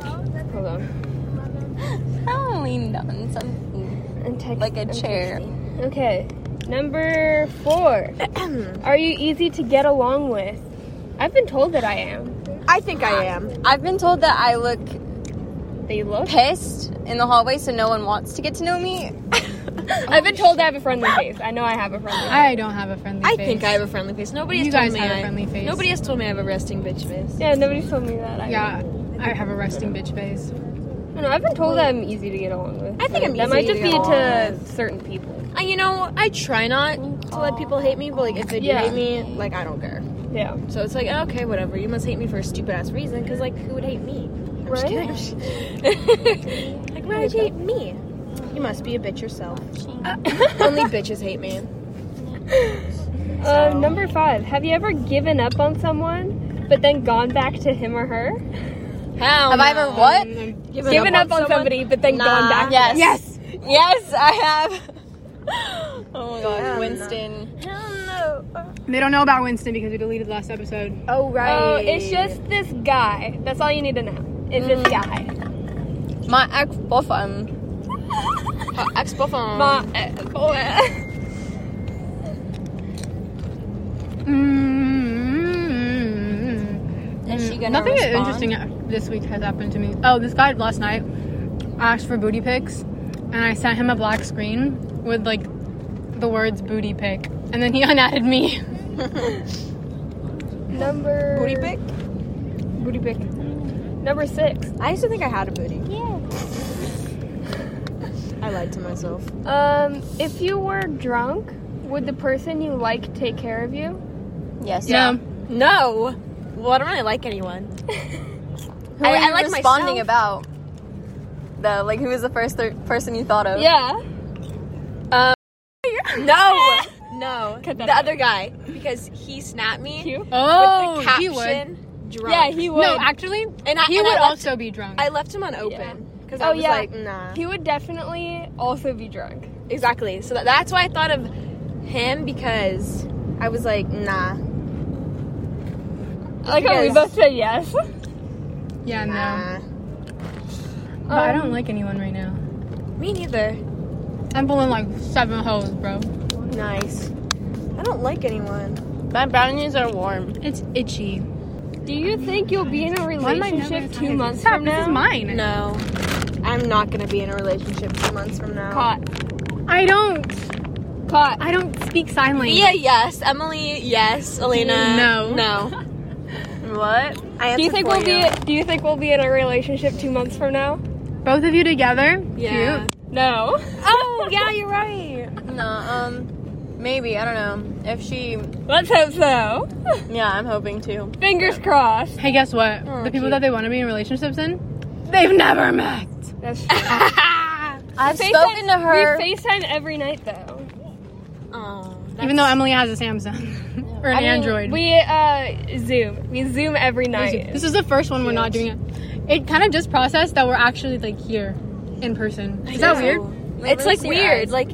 [SPEAKER 5] Hold on.
[SPEAKER 4] I'm leaned on something
[SPEAKER 5] I'm texting.
[SPEAKER 4] like a chair.
[SPEAKER 5] Okay, number four. Are you easy to get along with? I've been told that I am.
[SPEAKER 3] I think I am.
[SPEAKER 4] I've been told that I look
[SPEAKER 5] That you look.
[SPEAKER 4] pissed in the hallway, so no one wants to get to
[SPEAKER 3] (laughs)
[SPEAKER 4] know me.
[SPEAKER 5] I've been told I have a friendly face. I know I have a friendly. face.
[SPEAKER 2] I don't have a friendly
[SPEAKER 3] I
[SPEAKER 2] face.
[SPEAKER 3] think I have a friendly face. Nobody
[SPEAKER 2] You
[SPEAKER 3] has told
[SPEAKER 2] guys
[SPEAKER 3] me
[SPEAKER 2] have a
[SPEAKER 3] I-
[SPEAKER 2] friendly face.
[SPEAKER 3] Nobody has told me I have a resting bitch face.
[SPEAKER 5] Yeah, nobody told me that. I
[SPEAKER 2] Yeah, I have a resting bitch face.
[SPEAKER 5] don't know. I've been told I'm easy to get along with.
[SPEAKER 3] I think I'm
[SPEAKER 5] that
[SPEAKER 3] easy
[SPEAKER 5] might
[SPEAKER 3] to
[SPEAKER 5] just
[SPEAKER 3] get
[SPEAKER 5] be
[SPEAKER 3] along
[SPEAKER 5] to certain people.
[SPEAKER 3] Uh, you know, I try not to let people hate me, but like if they do
[SPEAKER 5] Yeah.
[SPEAKER 3] hate me, like I don't care.
[SPEAKER 5] Yeah.
[SPEAKER 3] So it's like oh, okay, whatever. You must hate me for a stupid ass reason, because like who would hate me? I'm just
[SPEAKER 5] Right?
[SPEAKER 3] kidding. like why would you hate me? You must be a bitch (laughs) yourself. Only bitches hate me.
[SPEAKER 5] Uh, number five. Have you ever given up on someone, but then gone back to him or her?
[SPEAKER 3] How?
[SPEAKER 4] Have I ever what?
[SPEAKER 2] Um,
[SPEAKER 5] Given, up, on somebody, but then gone back. to
[SPEAKER 4] Yes.
[SPEAKER 2] Yes.
[SPEAKER 4] Yes, I
[SPEAKER 3] (laughs)
[SPEAKER 4] have. oh my god, Winston.
[SPEAKER 2] They don't know about Winston because we deleted the last episode.
[SPEAKER 3] Oh right.
[SPEAKER 5] Oh, it's just this guy. That's all you need to know. Is this guy?
[SPEAKER 4] My ex boyfriend.
[SPEAKER 3] ex boyfriend.
[SPEAKER 5] Ma- eh, oh, eh.
[SPEAKER 2] Mm-hmm.
[SPEAKER 4] Is she gonna
[SPEAKER 2] Nothing
[SPEAKER 4] respond?
[SPEAKER 2] interesting interesting this week has happened to me. Oh, this guy last night asked for booty pics, and I sent him a black screen with like the words "booty pic," and then he (laughs) unadded me.
[SPEAKER 5] (laughs) Number booty pick. Booty pick. Number six.
[SPEAKER 3] I used to think I had a booty. Yeah. I lied to myself.
[SPEAKER 5] Um, if you were drunk, would the person you like take care of you?
[SPEAKER 4] Yes.
[SPEAKER 2] Yeah.
[SPEAKER 3] No. Well, I don't really like anyone.
[SPEAKER 4] Who
[SPEAKER 3] I-
[SPEAKER 4] are
[SPEAKER 3] I
[SPEAKER 4] you
[SPEAKER 3] like
[SPEAKER 4] responding
[SPEAKER 3] myself.
[SPEAKER 4] about? Though, like, who was the first thir- person you thought of?
[SPEAKER 5] Yeah.
[SPEAKER 3] No. (laughs) no.
[SPEAKER 5] Cut that
[SPEAKER 3] the
[SPEAKER 5] out.
[SPEAKER 3] other guy because he snapped me
[SPEAKER 5] Cute.
[SPEAKER 3] with
[SPEAKER 2] Oh,
[SPEAKER 3] the caption
[SPEAKER 2] he would.
[SPEAKER 3] drunk.
[SPEAKER 5] Yeah, he would.
[SPEAKER 2] No, actually,
[SPEAKER 3] and I,
[SPEAKER 2] he
[SPEAKER 3] and
[SPEAKER 2] would
[SPEAKER 3] I left,
[SPEAKER 2] also be drunk.
[SPEAKER 3] I left him on open because I
[SPEAKER 5] Oh,
[SPEAKER 3] was
[SPEAKER 5] yeah.
[SPEAKER 3] like, nah.
[SPEAKER 5] he would definitely also be drunk.
[SPEAKER 3] exactly. So that, that's why I thought of him because I was like, nah.
[SPEAKER 5] I like how we
[SPEAKER 3] Yes.
[SPEAKER 5] both said yes.
[SPEAKER 2] yeah, no.
[SPEAKER 3] Nah.
[SPEAKER 2] But I don't like anyone right now.
[SPEAKER 3] Me neither.
[SPEAKER 2] I'm pulling like seven hoes, bro.
[SPEAKER 3] Nice. I don't like anyone.
[SPEAKER 4] My brownies are warm.
[SPEAKER 2] It's itchy.
[SPEAKER 5] Do you think you'll be in a
[SPEAKER 2] am I never
[SPEAKER 5] relationship two
[SPEAKER 2] talking?
[SPEAKER 5] months
[SPEAKER 2] Stop,
[SPEAKER 5] from
[SPEAKER 2] this is
[SPEAKER 5] now?
[SPEAKER 2] mine.
[SPEAKER 3] No. I'm not gonna be in a relationship two months from now.
[SPEAKER 5] Caught.
[SPEAKER 2] I don't.
[SPEAKER 5] Caught.
[SPEAKER 2] I don't speak sign language.
[SPEAKER 3] Yeah, yes. Emily, yes. Elena,
[SPEAKER 2] No.
[SPEAKER 3] No.
[SPEAKER 4] What?
[SPEAKER 3] I answer
[SPEAKER 5] Do you think
[SPEAKER 3] for
[SPEAKER 5] we'll be do you think we'll be in a relationship two months from now?
[SPEAKER 2] Both of you together.
[SPEAKER 3] Yeah.
[SPEAKER 2] Cute.
[SPEAKER 5] No.
[SPEAKER 3] Oh, yeah, you're right.
[SPEAKER 4] Nah, um, maybe. I don't know. If she.
[SPEAKER 5] Let's hope so.
[SPEAKER 4] Yeah, I'm hoping to.
[SPEAKER 5] Fingers crossed.
[SPEAKER 2] Hey, guess what?
[SPEAKER 3] Oh,
[SPEAKER 2] the people
[SPEAKER 3] cute.
[SPEAKER 2] that they want to be in relationships in, they've never met.
[SPEAKER 4] (laughs)
[SPEAKER 5] That's
[SPEAKER 4] I've spoken to her.
[SPEAKER 5] We FaceTime every night though.
[SPEAKER 3] Oh,
[SPEAKER 2] Even though Emily has a Samsung (laughs) or an
[SPEAKER 5] I mean,
[SPEAKER 2] Android.
[SPEAKER 5] We uh Zoom. We Zoom every night.
[SPEAKER 2] this is the first one we're not doing it. It kind of just processed that we're actually like here in person. Is that weird?
[SPEAKER 3] it's like weird, like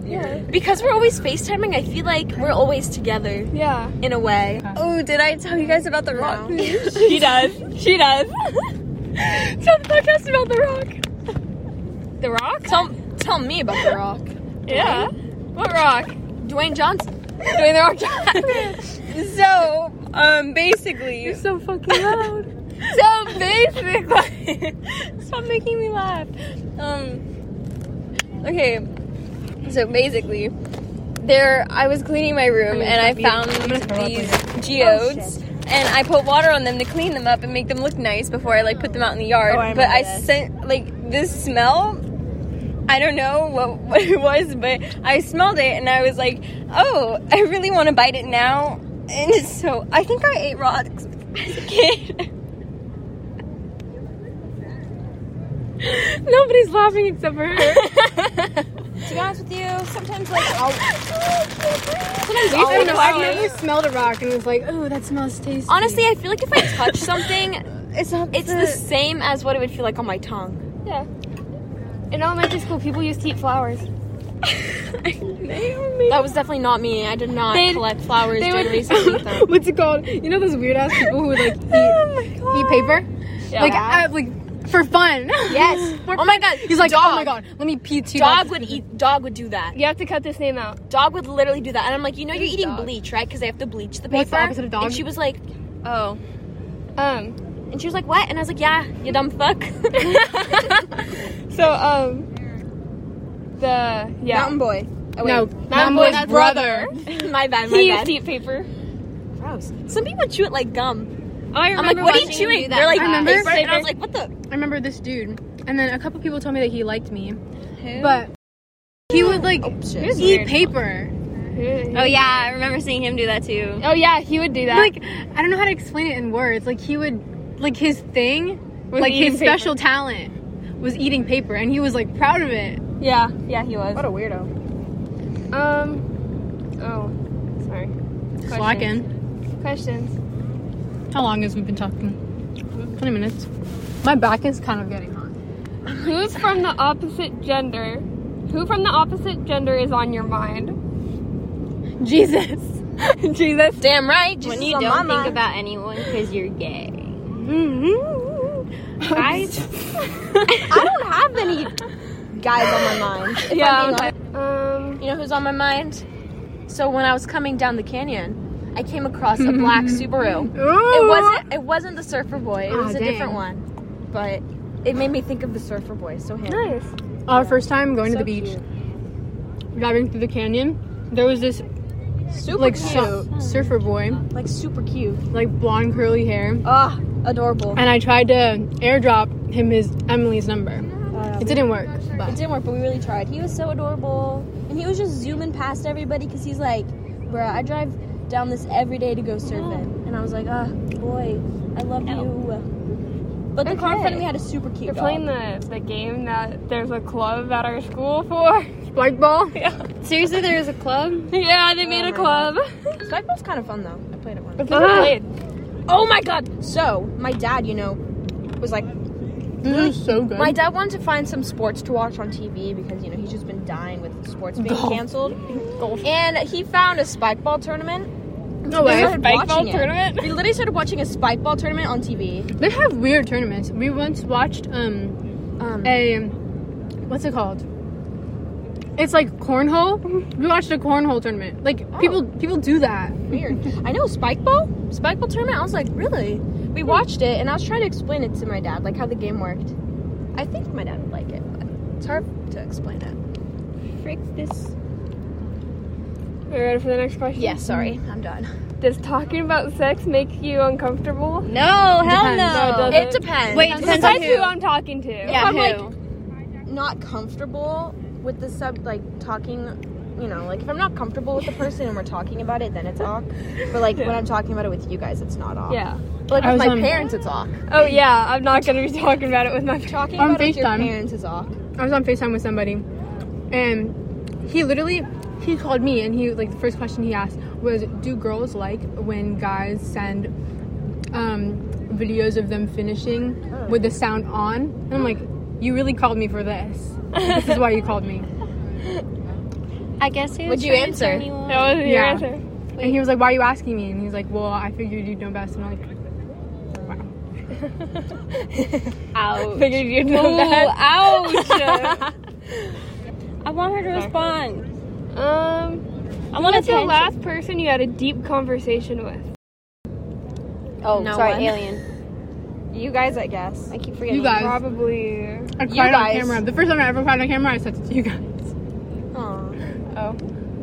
[SPEAKER 3] because we're always FaceTiming. I feel like we're always together
[SPEAKER 5] Yeah.
[SPEAKER 3] in a
[SPEAKER 4] (laughs)
[SPEAKER 3] way.
[SPEAKER 4] Oh, did I tell you guys about the rock?
[SPEAKER 5] She does. She does. Some podcast about the rock. The rock?
[SPEAKER 3] Tell tell me about the
[SPEAKER 4] (laughs)
[SPEAKER 3] Rock,
[SPEAKER 5] Yeah. What rock?
[SPEAKER 3] Dwayne Johnson.
[SPEAKER 5] Doing the rock job.
[SPEAKER 4] So, um,
[SPEAKER 3] (laughs)
[SPEAKER 4] basically.
[SPEAKER 2] So fucking loud. (laughs)
[SPEAKER 4] so (laughs) basically, stop making me laugh. Um, okay, so basically, there I was cleaning my room and I found these geodes. And I put water on them to clean them up and make them look nice before I like put them out in the yard.
[SPEAKER 3] Oh, I
[SPEAKER 4] but I
[SPEAKER 3] remember this.
[SPEAKER 4] sent like this smell. I don't know what, what (laughs) it was, but I smelled it and I was like, "Oh, I really want to bite it now." And (laughs) so I think I ate rocks as a kid. (laughs)
[SPEAKER 2] Nobody's laughing except for her.
[SPEAKER 3] To be honest with you, sometimes like I'll, sometimes
[SPEAKER 2] I
[SPEAKER 3] I'll
[SPEAKER 2] don't know. I've
[SPEAKER 3] enjoy-
[SPEAKER 2] never smelled a rock and was like, oh, that smells tasty.
[SPEAKER 3] Honestly, I feel like if I touch something,
[SPEAKER 4] (laughs) It's not.
[SPEAKER 3] it's the same as what it would feel like on my tongue.
[SPEAKER 5] yeah. In elementary school, people used to eat flowers.
[SPEAKER 3] That was definitely not me. I did not
[SPEAKER 5] They'd-
[SPEAKER 3] collect flowers
[SPEAKER 5] they
[SPEAKER 3] during
[SPEAKER 5] would-
[SPEAKER 3] recess
[SPEAKER 4] (laughs)
[SPEAKER 3] either.
[SPEAKER 2] What's it called? You know those weird ass people
[SPEAKER 3] (laughs)
[SPEAKER 2] who like
[SPEAKER 3] Oh
[SPEAKER 2] eat, eat paper, like uh, like for fun.
[SPEAKER 3] Yes. oh my god.
[SPEAKER 2] (laughs) He's like,
[SPEAKER 3] dog.
[SPEAKER 2] oh my god, let me pee two
[SPEAKER 3] Dog
[SPEAKER 2] dogs.
[SPEAKER 3] would eat. Dog would do that.
[SPEAKER 5] You have to cut this name out.
[SPEAKER 3] Dog would literally do that. And I'm like, you know, you're eating bleach, right? Because they have to bleach the paper.
[SPEAKER 2] What's the opposite of dog?
[SPEAKER 3] And she was like, oh.
[SPEAKER 5] Um.
[SPEAKER 3] And she was like, what? And I was like, yeah, you dumb (laughs) fuck.
[SPEAKER 5] So um. The yeah.
[SPEAKER 3] boy. Oh, wait.
[SPEAKER 2] No,
[SPEAKER 5] Mountain
[SPEAKER 2] Mambo's
[SPEAKER 5] Boy's
[SPEAKER 2] brother.
[SPEAKER 3] my bad. My
[SPEAKER 5] He used
[SPEAKER 3] bad.
[SPEAKER 5] to eat paper.
[SPEAKER 3] Gross. Some people chew it like gum.
[SPEAKER 5] Oh, I
[SPEAKER 3] I'm like, what are you chewing? They're like,
[SPEAKER 2] I remember.
[SPEAKER 3] paper. And I was like, what the?
[SPEAKER 2] I remember this dude. And then a couple people told me that he liked me. But he would like
[SPEAKER 5] He's
[SPEAKER 2] eat
[SPEAKER 5] Oh, weird.
[SPEAKER 2] paper.
[SPEAKER 4] Oh yeah, I remember seeing him do that too.
[SPEAKER 5] Oh yeah, he would do that.
[SPEAKER 2] Like I don't know how to explain it in words. Like he would like his thing,
[SPEAKER 5] Was
[SPEAKER 2] like
[SPEAKER 5] eating
[SPEAKER 2] his
[SPEAKER 5] paper.
[SPEAKER 2] special talent was eating paper and he was like proud of it.
[SPEAKER 5] yeah, yeah, he was.
[SPEAKER 1] What a weirdo.
[SPEAKER 5] Um. Oh, sorry. Questions.
[SPEAKER 2] Slacking.
[SPEAKER 5] Questions.
[SPEAKER 2] How long has we been talking? 20 minutes. My back is kind of getting hot.
[SPEAKER 5] Who's from the opposite gender? Who from the opposite gender is on your mind?
[SPEAKER 2] Jesus.
[SPEAKER 5] (laughs) Jesus.
[SPEAKER 3] Damn right. Jesus
[SPEAKER 4] When
[SPEAKER 3] is
[SPEAKER 4] you
[SPEAKER 3] on
[SPEAKER 4] don't
[SPEAKER 3] my
[SPEAKER 4] think
[SPEAKER 3] mind.
[SPEAKER 4] about anyone because you're gay.
[SPEAKER 5] Mm-hmm.
[SPEAKER 3] I don't have any (laughs) guys on my mind. (laughs) if I'm
[SPEAKER 5] Yeah.
[SPEAKER 3] being honest.
[SPEAKER 5] Um.
[SPEAKER 3] You know who's on my mind? So when I was coming down the canyon, I came across a black Subaru. It wasn't. It wasn't the Surfer Boy. It
[SPEAKER 2] Aw,
[SPEAKER 3] was a different
[SPEAKER 2] dang.
[SPEAKER 3] one. But it made me think of the Surfer Boy. So him.
[SPEAKER 5] Nice.
[SPEAKER 2] Our first time going to
[SPEAKER 3] So
[SPEAKER 2] the beach, driving through the canyon, there was this
[SPEAKER 3] Super
[SPEAKER 2] like
[SPEAKER 3] cute.
[SPEAKER 2] su- surfer boy,
[SPEAKER 3] like super cute.
[SPEAKER 2] like blonde curly hair, and
[SPEAKER 3] Ah, adorable.
[SPEAKER 2] I tried to airdrop him his Emily's number.
[SPEAKER 3] Uh,
[SPEAKER 2] It didn't work,
[SPEAKER 3] it
[SPEAKER 2] but
[SPEAKER 3] didn't work, but we really tried. He was so adorable, and he was just zooming past everybody because he's like, "Bruh, I drive down this every day to go surfing," and I was like, "Ah, boy, I love you." But the car in front of me had a super cute.
[SPEAKER 5] You're
[SPEAKER 3] dog.
[SPEAKER 5] playing the, the game that there's a club at our school for.
[SPEAKER 2] spike
[SPEAKER 5] (laughs)
[SPEAKER 2] ball.
[SPEAKER 4] Seriously, there is a club.
[SPEAKER 5] yeah, they made a club.
[SPEAKER 3] Cycle's kind of fun though. I played it once.
[SPEAKER 5] It's never played.
[SPEAKER 3] Oh my god! So my dad, you know, was like,
[SPEAKER 2] This is so good.
[SPEAKER 3] my dad wanted to find some sports to watch on TV because you know he's just been dying with sports being (laughs) canceled. And he found a spike ball tournament.
[SPEAKER 2] no
[SPEAKER 3] We
[SPEAKER 2] way.
[SPEAKER 3] started
[SPEAKER 5] Spike ball
[SPEAKER 3] watching it.
[SPEAKER 5] tournament.
[SPEAKER 3] We literally started watching a spike ball tournament on TV.
[SPEAKER 2] They have weird tournaments. We once watched um
[SPEAKER 3] Um,
[SPEAKER 2] a what's it called? It's like cornhole. We watched a cornhole tournament. Like people people do that.
[SPEAKER 3] weird. (laughs) I know spike ball, spike ball tournament. I was like, really? We watched it, and I was trying to explain it to my dad, like how the game worked. I think my dad would like it, but it's hard to explain it.
[SPEAKER 4] Frick this.
[SPEAKER 5] Are you ready for the next question?
[SPEAKER 3] Yeah, sorry, I'm done.
[SPEAKER 5] Does talking about sex make you uncomfortable?
[SPEAKER 4] No, hell
[SPEAKER 2] Depends.
[SPEAKER 5] No,
[SPEAKER 4] no.
[SPEAKER 3] It
[SPEAKER 5] it It
[SPEAKER 3] depends.
[SPEAKER 4] Wait, depends on
[SPEAKER 5] Besides who
[SPEAKER 4] who.
[SPEAKER 5] I'm talking to.
[SPEAKER 4] Yeah,
[SPEAKER 3] I'm
[SPEAKER 4] who?
[SPEAKER 3] like- not comfortable with the sub like talking you know like if i'm not comfortable with the person and we're talking about it then it's awk but like when i'm talking about it with you guys it's not awk
[SPEAKER 5] Yeah.
[SPEAKER 3] but, like
[SPEAKER 2] I
[SPEAKER 3] with
[SPEAKER 2] was
[SPEAKER 3] my
[SPEAKER 2] on-
[SPEAKER 3] parents it's awk
[SPEAKER 5] Oh yeah, I'm not gonna be talking about it with my. (laughs)
[SPEAKER 3] talking
[SPEAKER 2] On
[SPEAKER 3] about it with your
[SPEAKER 2] FaceTime.
[SPEAKER 3] parents is awk
[SPEAKER 2] I was on FaceTime with somebody and he literally he called me and he like the first question he asked was do girls like when guys send um videos of them finishing with the sound on? And I'm like, you really called me for this. This is why you called (laughs) me.
[SPEAKER 4] I guess who?
[SPEAKER 3] Would you answer?
[SPEAKER 5] That wasn't your
[SPEAKER 2] Yeah.
[SPEAKER 5] answer.
[SPEAKER 2] And he was like, Why are you asking me? And he's like, Well, I figured you'd know best and I'm like
[SPEAKER 4] Ouch.
[SPEAKER 5] Figured you'd
[SPEAKER 4] Ooh,
[SPEAKER 5] know that. (laughs)
[SPEAKER 4] ouch. I want her to respond.
[SPEAKER 5] Um,
[SPEAKER 4] I want
[SPEAKER 5] what's the
[SPEAKER 4] attention.
[SPEAKER 5] last person you had a deep conversation with?
[SPEAKER 4] Oh,
[SPEAKER 3] No
[SPEAKER 4] sorry,
[SPEAKER 3] one.
[SPEAKER 4] alien.
[SPEAKER 3] you guys i guess
[SPEAKER 4] I keep forgetting.
[SPEAKER 2] You guys
[SPEAKER 5] Probably.
[SPEAKER 2] I cried on
[SPEAKER 3] guys.
[SPEAKER 2] camera. The first time I ever cried on camera I said it to you guys.
[SPEAKER 3] Aw,
[SPEAKER 5] Oh,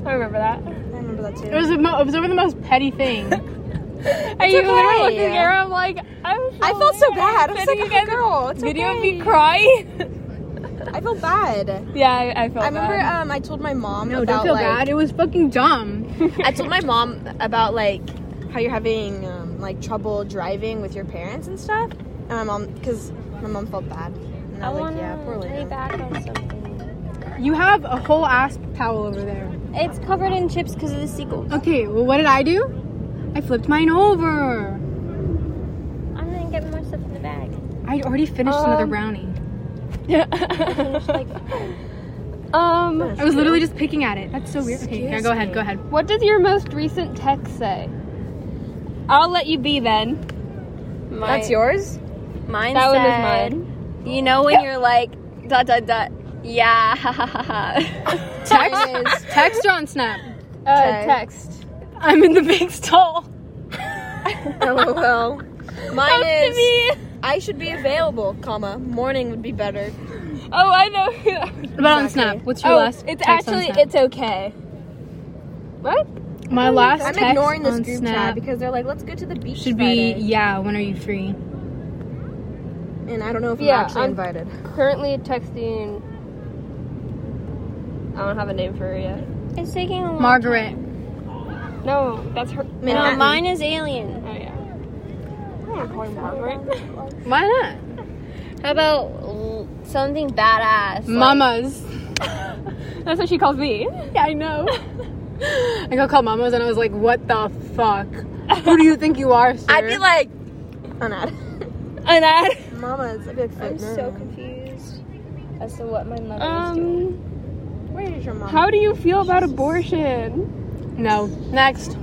[SPEAKER 5] I remember that.
[SPEAKER 3] i remember that too
[SPEAKER 2] It was the mo- it was over the most petty thing. (laughs)
[SPEAKER 5] Are you literally
[SPEAKER 3] okay.
[SPEAKER 5] looking at her? I'm like, I'm so
[SPEAKER 3] i felt so bad i was
[SPEAKER 5] Sending
[SPEAKER 3] like
[SPEAKER 5] you
[SPEAKER 3] oh,
[SPEAKER 5] guys
[SPEAKER 3] girl it's
[SPEAKER 5] Video of
[SPEAKER 3] okay.
[SPEAKER 5] me cry.
[SPEAKER 3] i felt bad
[SPEAKER 5] yeah, I, I felt
[SPEAKER 3] i remember
[SPEAKER 5] bad.
[SPEAKER 3] um i told my mom
[SPEAKER 2] No, don't
[SPEAKER 3] about
[SPEAKER 2] feel
[SPEAKER 3] like
[SPEAKER 2] bad. It was fucking dumb.
[SPEAKER 3] I told my mom about like how you're having um, like trouble driving with your parents and stuff. And my mom, because my mom felt bad. And I was like, yeah, poor
[SPEAKER 4] lay
[SPEAKER 3] Lena.
[SPEAKER 4] back on something.
[SPEAKER 2] You have a whole ass towel over there.
[SPEAKER 4] It's covered in chips because of the sequel.
[SPEAKER 2] Okay, well, what did I do? I flipped mine over.
[SPEAKER 4] I'm gonna get more stuff in the bag.
[SPEAKER 2] I already finished another brownie.
[SPEAKER 4] (laughs)
[SPEAKER 5] um,
[SPEAKER 2] I was literally just picking at it. That's so weird. Okay, yeah, go ahead, go ahead.
[SPEAKER 5] what does your most recent text say? I'll let you be then.
[SPEAKER 4] My-
[SPEAKER 3] That's yours.
[SPEAKER 4] Mine
[SPEAKER 5] That one is
[SPEAKER 4] said, You know when you're like dot dot dot. Yeah, (laughs) ha ha ha ha.
[SPEAKER 2] Text, text or on Snap.
[SPEAKER 5] Uh, text.
[SPEAKER 2] I'm in the big stall.
[SPEAKER 3] LOL. Mine is. I should be available, comma. Morning would be better.
[SPEAKER 5] Oh, I know. (laughs)
[SPEAKER 2] What about on Snap? What's your
[SPEAKER 5] oh,
[SPEAKER 2] last?
[SPEAKER 5] it's
[SPEAKER 2] text on
[SPEAKER 5] actually
[SPEAKER 2] Snap?
[SPEAKER 5] it's okay. What?
[SPEAKER 2] my last.
[SPEAKER 3] I'm
[SPEAKER 2] text
[SPEAKER 3] ignoring this
[SPEAKER 2] on
[SPEAKER 3] group
[SPEAKER 2] Snap
[SPEAKER 3] chat because they're like, let's go to the beach.
[SPEAKER 2] should be
[SPEAKER 3] Friday."
[SPEAKER 2] yeah. When are you free?
[SPEAKER 3] and I don't know if
[SPEAKER 5] Yeah,
[SPEAKER 3] I'm actually
[SPEAKER 5] I'm-
[SPEAKER 3] invited. (laughs)
[SPEAKER 5] Currently texting. I don't have a name for her yet.
[SPEAKER 4] It's taking a long
[SPEAKER 2] Margaret.
[SPEAKER 5] No, that's her.
[SPEAKER 4] No, mine is alien.
[SPEAKER 5] Oh yeah. I want to call her Margaret.
[SPEAKER 2] Why not?
[SPEAKER 4] How about l- something badass?
[SPEAKER 2] Mamas.
[SPEAKER 5] that's what she calls me.
[SPEAKER 2] Yeah, I know. I got called mamas and I was like, what the fuck? Who do you think you are, sir?
[SPEAKER 3] I'd be like, an ad.
[SPEAKER 5] And (laughs) I.
[SPEAKER 3] Mama's. I'd be like,
[SPEAKER 4] I'm so confused as to what my mother is doing.
[SPEAKER 5] Um.
[SPEAKER 3] Where is your mom?
[SPEAKER 5] How do you feel about abortion?
[SPEAKER 2] no. Next.